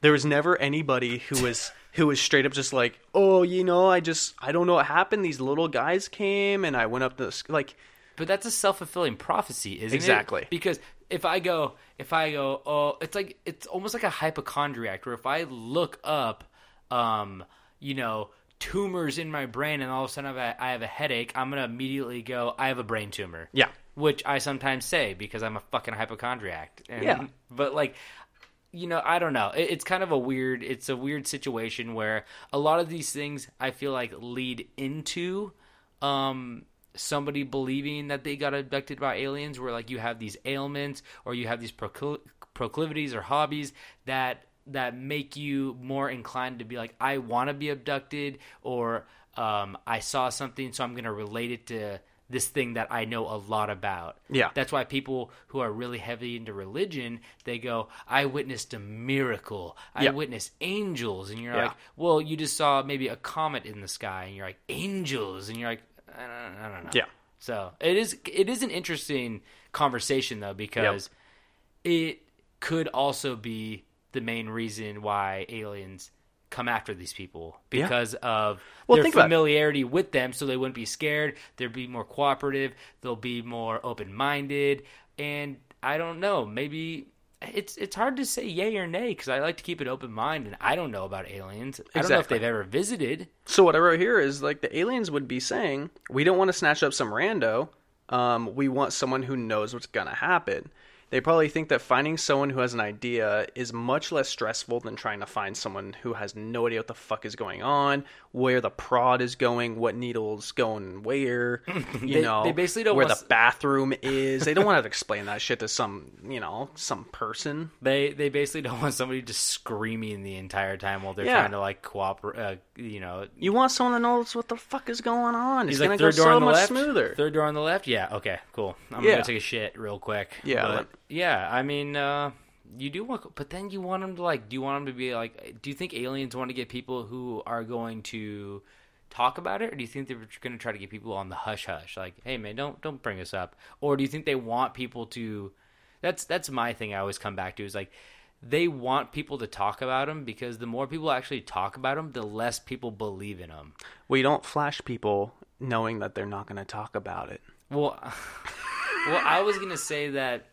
S7: there was never anybody who was who was straight up just like, "Oh, you know, I just I don't know what happened. These little guys came and I went up this like
S6: But that's a self fulfilling prophecy, isn't it?
S7: Exactly.
S6: Because if I go, if I go, oh, it's like it's almost like a hypochondriac. Where if I look up, um, you know, tumors in my brain, and all of a sudden I have a, I have a headache, I'm gonna immediately go, I have a brain tumor.
S7: Yeah.
S6: Which I sometimes say because I'm a fucking hypochondriac. And-
S7: Yeah.
S6: But like. You know, I don't know. It, it's kind of a weird. It's a weird situation where a lot of these things I feel like lead into um somebody believing that they got abducted by aliens where like you have these ailments or you have these procl- proclivities or hobbies that that make you more inclined to be like I want to be abducted or um I saw something so I'm going to relate it to this thing that I know a lot about.
S7: Yeah.
S6: That's why people who are really heavy into religion, they go, I witnessed a miracle. I
S7: Yeah.
S6: witnessed angels. And you're
S7: Yeah.
S6: like, well, you just saw maybe a comet in the sky, and you're like angels, and you're like, I don't, I don't know.
S7: Yeah.
S6: So it is it is an interesting conversation though because it could also be the main reason why aliens come after these people because of
S7: Well,
S6: their
S7: think about it.
S6: familiarity with them, so they wouldn't be scared. They'd be more cooperative. They'll be more open minded, and I don't know. Maybe. It's it's hard to say yay or nay because I like to keep an open mind and I don't know about aliens. I don't know if
S7: Exactly.
S6: they've ever visited.
S7: So what I wrote here is like the aliens would be saying, we don't want to snatch up some rando. Um, we want someone who knows what's gonna happen. They probably think that finding someone who has an idea is much less stressful than trying to find someone who has no idea what the fuck is going on, where the prod is going, what needles going where, you
S6: They-
S7: know,
S6: they basically don't
S7: where
S6: want
S7: the
S6: s-
S7: bathroom is. They don't want to explain that shit to some, you know, some person.
S6: They they basically don't want somebody just screaming the entire time while they're
S7: Yeah.
S6: trying to like cooperate. Uh, you know,
S7: You want someone that knows what the fuck is going on.
S6: he's
S7: it's
S6: like
S7: gonna
S6: third
S7: go
S6: door
S7: so
S6: on the
S7: much
S6: left,
S7: smoother.
S6: third door on the left. Yeah, okay, cool. I'm
S7: Yeah.
S6: gonna take a shit real quick.
S7: Yeah,
S6: But,
S7: let-
S6: yeah. I mean, uh, you do want, but then you want them to like. Do you want them to be like? Do you think aliens want to get people who are going to talk about it, or do you think they're going to try to get people on the hush hush? Like, hey man, don't don't bring us up. Or do you think they want people to? That's that's my thing. I always come back to is like. They want people to talk about them because the more people actually talk about them, the less people believe in them.
S7: We don't flash people knowing that they're not going to talk about it.
S6: Well, well, I was gonna say that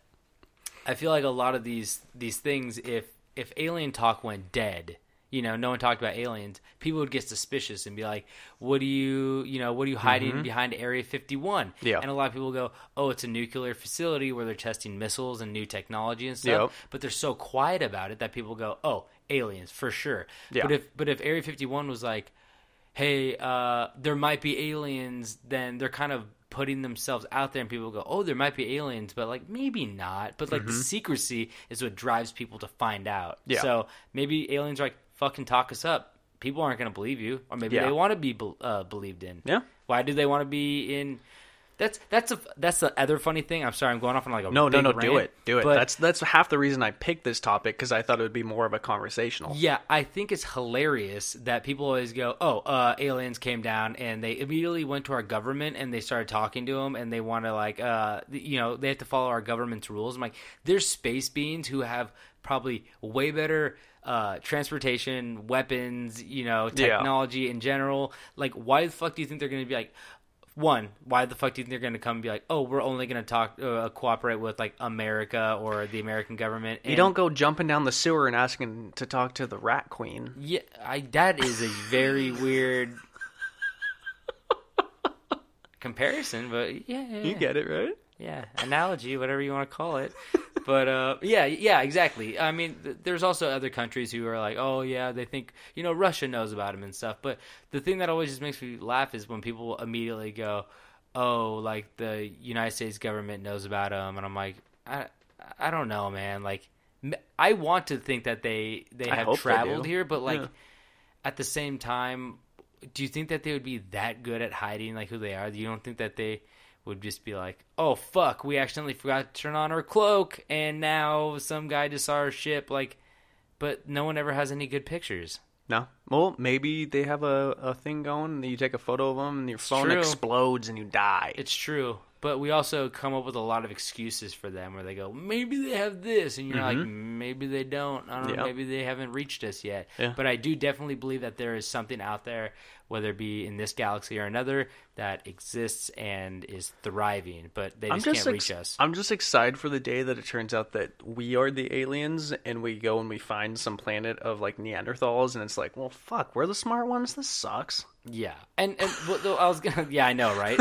S6: I feel like a lot of these these things, if if alien talk went dead, you know, no one talked about aliens, people would get suspicious and be like, "What do you, you know, what are you hiding behind Area 51?"
S7: Yeah.
S6: and a lot of people go, "Oh, it's a nuclear facility where they're testing missiles and new technology and stuff." But they're so quiet about it that people go, "Oh, aliens for sure."
S7: Yeah.
S6: But if but if Area 51 was like hey, uh, there might be aliens, then they're kind of putting themselves out there, and people go, oh, there might be aliens, but like maybe not. But like the secrecy is what drives people to find out.
S7: Mm-hmm. Yeah.
S6: So maybe aliens are like, fucking talk us up. People aren't going to believe you, or maybe
S7: Yeah.
S6: they want to be bel- uh, believed in.
S7: Yeah.
S6: Why do they want to be in? That's that's a that's the other funny thing. I'm sorry, I'm going off on like a
S7: No, no,
S6: big
S7: no, do
S6: rant,
S7: it. Do it.
S6: but-
S7: that's that's half the reason I picked this topic cuz I thought it would be more of a conversational.
S6: Yeah, I think it's hilarious that people always go, "Oh, uh, aliens came down and they immediately went to our government and they started talking to them and they want to like, uh, th- you know, they have to follow our government's rules." I'm like, there's space beings who have probably way better uh, transportation, weapons, you know,
S7: Yeah.
S6: technology in general. Like, why the fuck do you think they're going to be like? One, why the fuck do you think they're going to come and be like, "Oh, we're only going to talk, uh, cooperate with like America or the American government"?
S7: You don't go jumping down the sewer and asking to talk to the rat queen.
S6: Yeah, I, that is a very weird comparison, but yeah, yeah,
S7: get it, right?
S6: yeah, analogy, whatever you want to call it. But uh, yeah, yeah, exactly. I mean, th- there's also other countries who are like, oh yeah, they think you know Russia knows about him and stuff. But the thing that always just makes me laugh is when people immediately go, oh, like the United States government knows about him, and I'm like, I, I don't know, man. Like, m- I want to think that they they
S7: I
S6: have
S7: hope they
S6: traveled
S7: do.
S6: here, but like
S7: Yeah.
S6: at the same time, do you think that they would be that good at hiding like who they are? You don't think that they would just be like, "Oh fuck, we accidentally forgot to turn on our cloak, and now some guy just saw our ship." Like, but no one ever has any good pictures.
S7: No. Well, maybe they have a, a thing going that you take a photo of them and your phone
S6: true.
S7: explodes and you die.
S6: It's true, but we also come up with a lot of excuses for them where they go, maybe they have this, and you're like, maybe they don't. I don't know,
S7: Yeah.
S6: maybe they haven't reached us yet.
S7: Mm-hmm. Yeah.
S6: But I do definitely believe that there is something out there, whether it be in this galaxy or another, that exists and is thriving, but they just, can't
S7: ex-
S6: reach us.
S7: I'm just excited for the day that it turns out that we are the aliens and we go and we find some planet of like Neanderthals and it's like, well, fuck, we're the smart ones. This sucks.
S6: Yeah, and and well, though, I was gonna. Yeah, I know, right?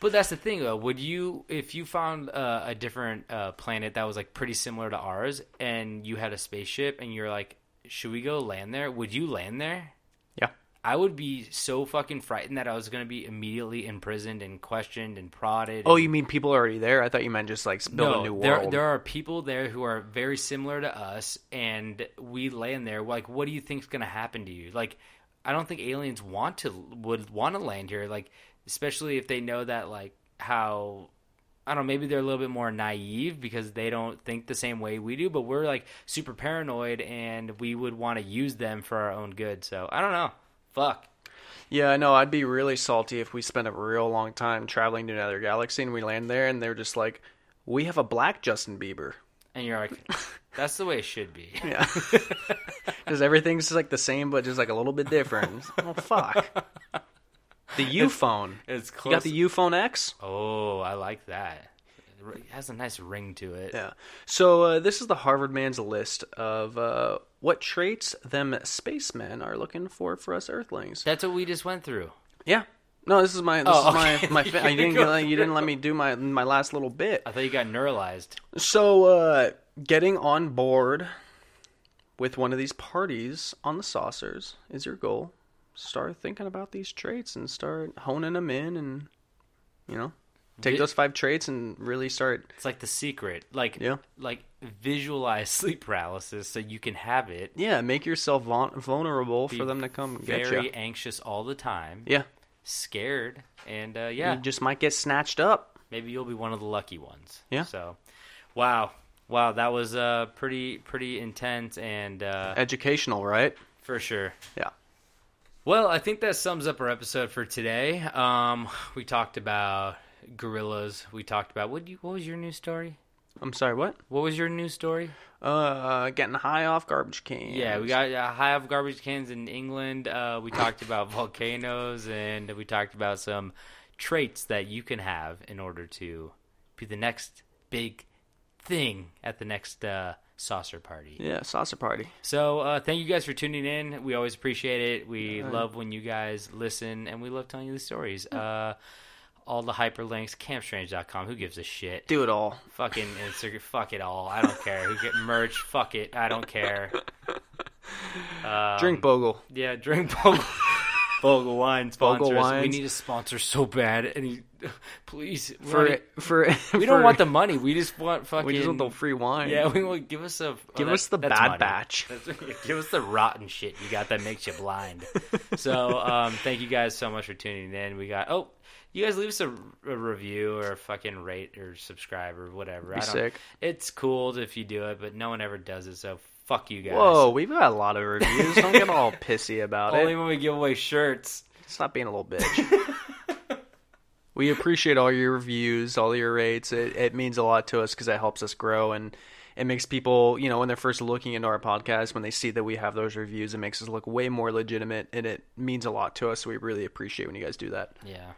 S6: but that's the thing, though. Would you, if you found uh, a different uh, planet that was like pretty similar to ours, and you had a spaceship, and you're like, should we go land there? Would you land there?
S7: Yeah.
S6: I would be so fucking frightened that I was gonna be immediately imprisoned and questioned and prodded.
S7: Oh,
S6: and-
S7: you mean people are already there? I thought you meant just like build a new
S6: there,
S7: world.
S6: there are people there who are very similar to us, and we land there. Like, what do you think's going to happen to you? Like, I don't think aliens want to would want to land here. Like, especially if they know that like how I don't know, maybe they're a little bit more naive because they don't think the same way we do. But we're like super paranoid, and we would want to use them for our own good. So I don't know. Fuck.
S7: Yeah, I know. I'd be really salty if we spent a real long time traveling to another galaxy and we land there and they're just like, we have a black Justin Bieber.
S6: And you're like, that's the way it should be.
S7: Yeah. Because everything's just like the same, but just like a little bit different. oh, fuck. The U phone.
S6: It's close.
S7: You got the U phone X?
S6: Oh, I like that. It has a nice ring to it.
S7: Yeah. So uh, this is the Harvard man's list of uh, what traits them spacemen are looking for for us Earthlings.
S6: That's what we just went through.
S7: Yeah. No, this is my this
S6: Oh,
S7: is
S6: okay.
S7: my my. Fa- I
S6: You
S7: didn't
S6: go
S7: let- you didn't let me do my my last little bit.
S6: I thought you got neuralized.
S7: So, uh, getting on board with one of these parties on the saucers is your goal. Start thinking about these traits and start honing them in, and you know, take
S6: Di-
S7: those five traits and really start.
S6: It's like the secret. Like
S7: Yeah.
S6: like visualize sleep paralysis so you can have it.
S7: Yeah, make yourself vul- vulnerable for them to come get
S6: Very
S7: you.
S6: anxious all the time.
S7: Yeah,
S6: Scared. And uh, yeah,
S7: you just might get snatched up.
S6: maybe you'll be one of the lucky ones.
S7: Yeah.
S6: So wow. Wow, that was uh pretty pretty intense and uh
S7: Educational, right?
S6: for sure.
S7: Yeah.
S6: Well, I think that sums up our episode for today. Um, we talked about gorillas. We talked about what? do You, what was your news story?
S7: I'm sorry. What?
S6: What was your news story?
S7: Uh, getting high off garbage cans.
S6: Yeah, we got uh, high off garbage cans in England. Uh, we talked about volcanoes, and we talked about some traits that you can have in order to be the next big thing at the next uh, saucer party.
S7: Yeah, saucer party.
S6: So, uh, thank you guys for tuning in. We always appreciate it. We love when you guys listen, and we love telling you the stories. Uh, all the hyperlinks, campstrange.com. Who gives a shit?
S7: Do it all.
S6: Fucking Instagram. fuck it all. I don't care. Who get merch? Fuck it. I don't care. Um,
S7: Drink Bogle.
S6: Yeah, drink Bogle, Bogle wine sponsors. We
S7: wines.
S6: need a sponsor so bad. And he, please, we
S7: for
S6: don't-
S7: for
S6: we don't want the money. We just want fucking.
S7: we just want the free wine.
S6: Yeah, we want give us a
S7: Give
S6: oh,
S7: us
S6: that-
S7: the
S6: that's
S7: bad
S6: money.
S7: batch.
S6: That's- give us the rotten shit you got that makes you blind. so um, thank you guys so much for tuning in. We got oh, you guys leave us a, a review or a fucking rate or subscribe or whatever. I don't,
S7: sick.
S6: It's cool if you do it, but no one ever does it. So fuck you guys.
S7: Whoa, we've got a lot of reviews. Don't get all pissy about
S6: Only
S7: it.
S6: when we give away shirts.
S7: Stop being a little bitch. we appreciate all your reviews, all your rates. It, it means a lot to us because that helps us grow and it makes people, you know, when they're first looking into our podcast, when they see that we have those reviews, it makes us look way more legitimate and it means a lot to us. So we really appreciate when you guys do that.
S6: Yeah.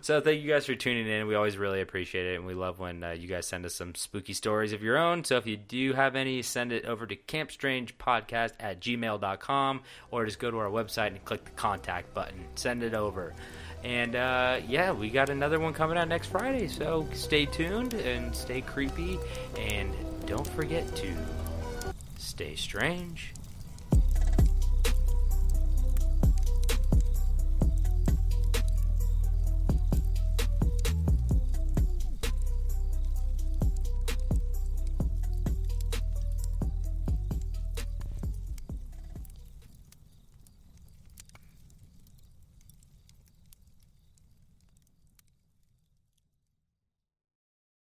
S6: So thank you guys for tuning in. We always really appreciate it, and we love when uh, you guys send us some spooky stories of your own. So if you do have any, send it over to campstrangepodcast at gmail.com or just go to our website and click the contact button. Send it over. And uh, yeah, we got another one coming out next Friday, so stay tuned and stay creepy. And don't forget to stay strange.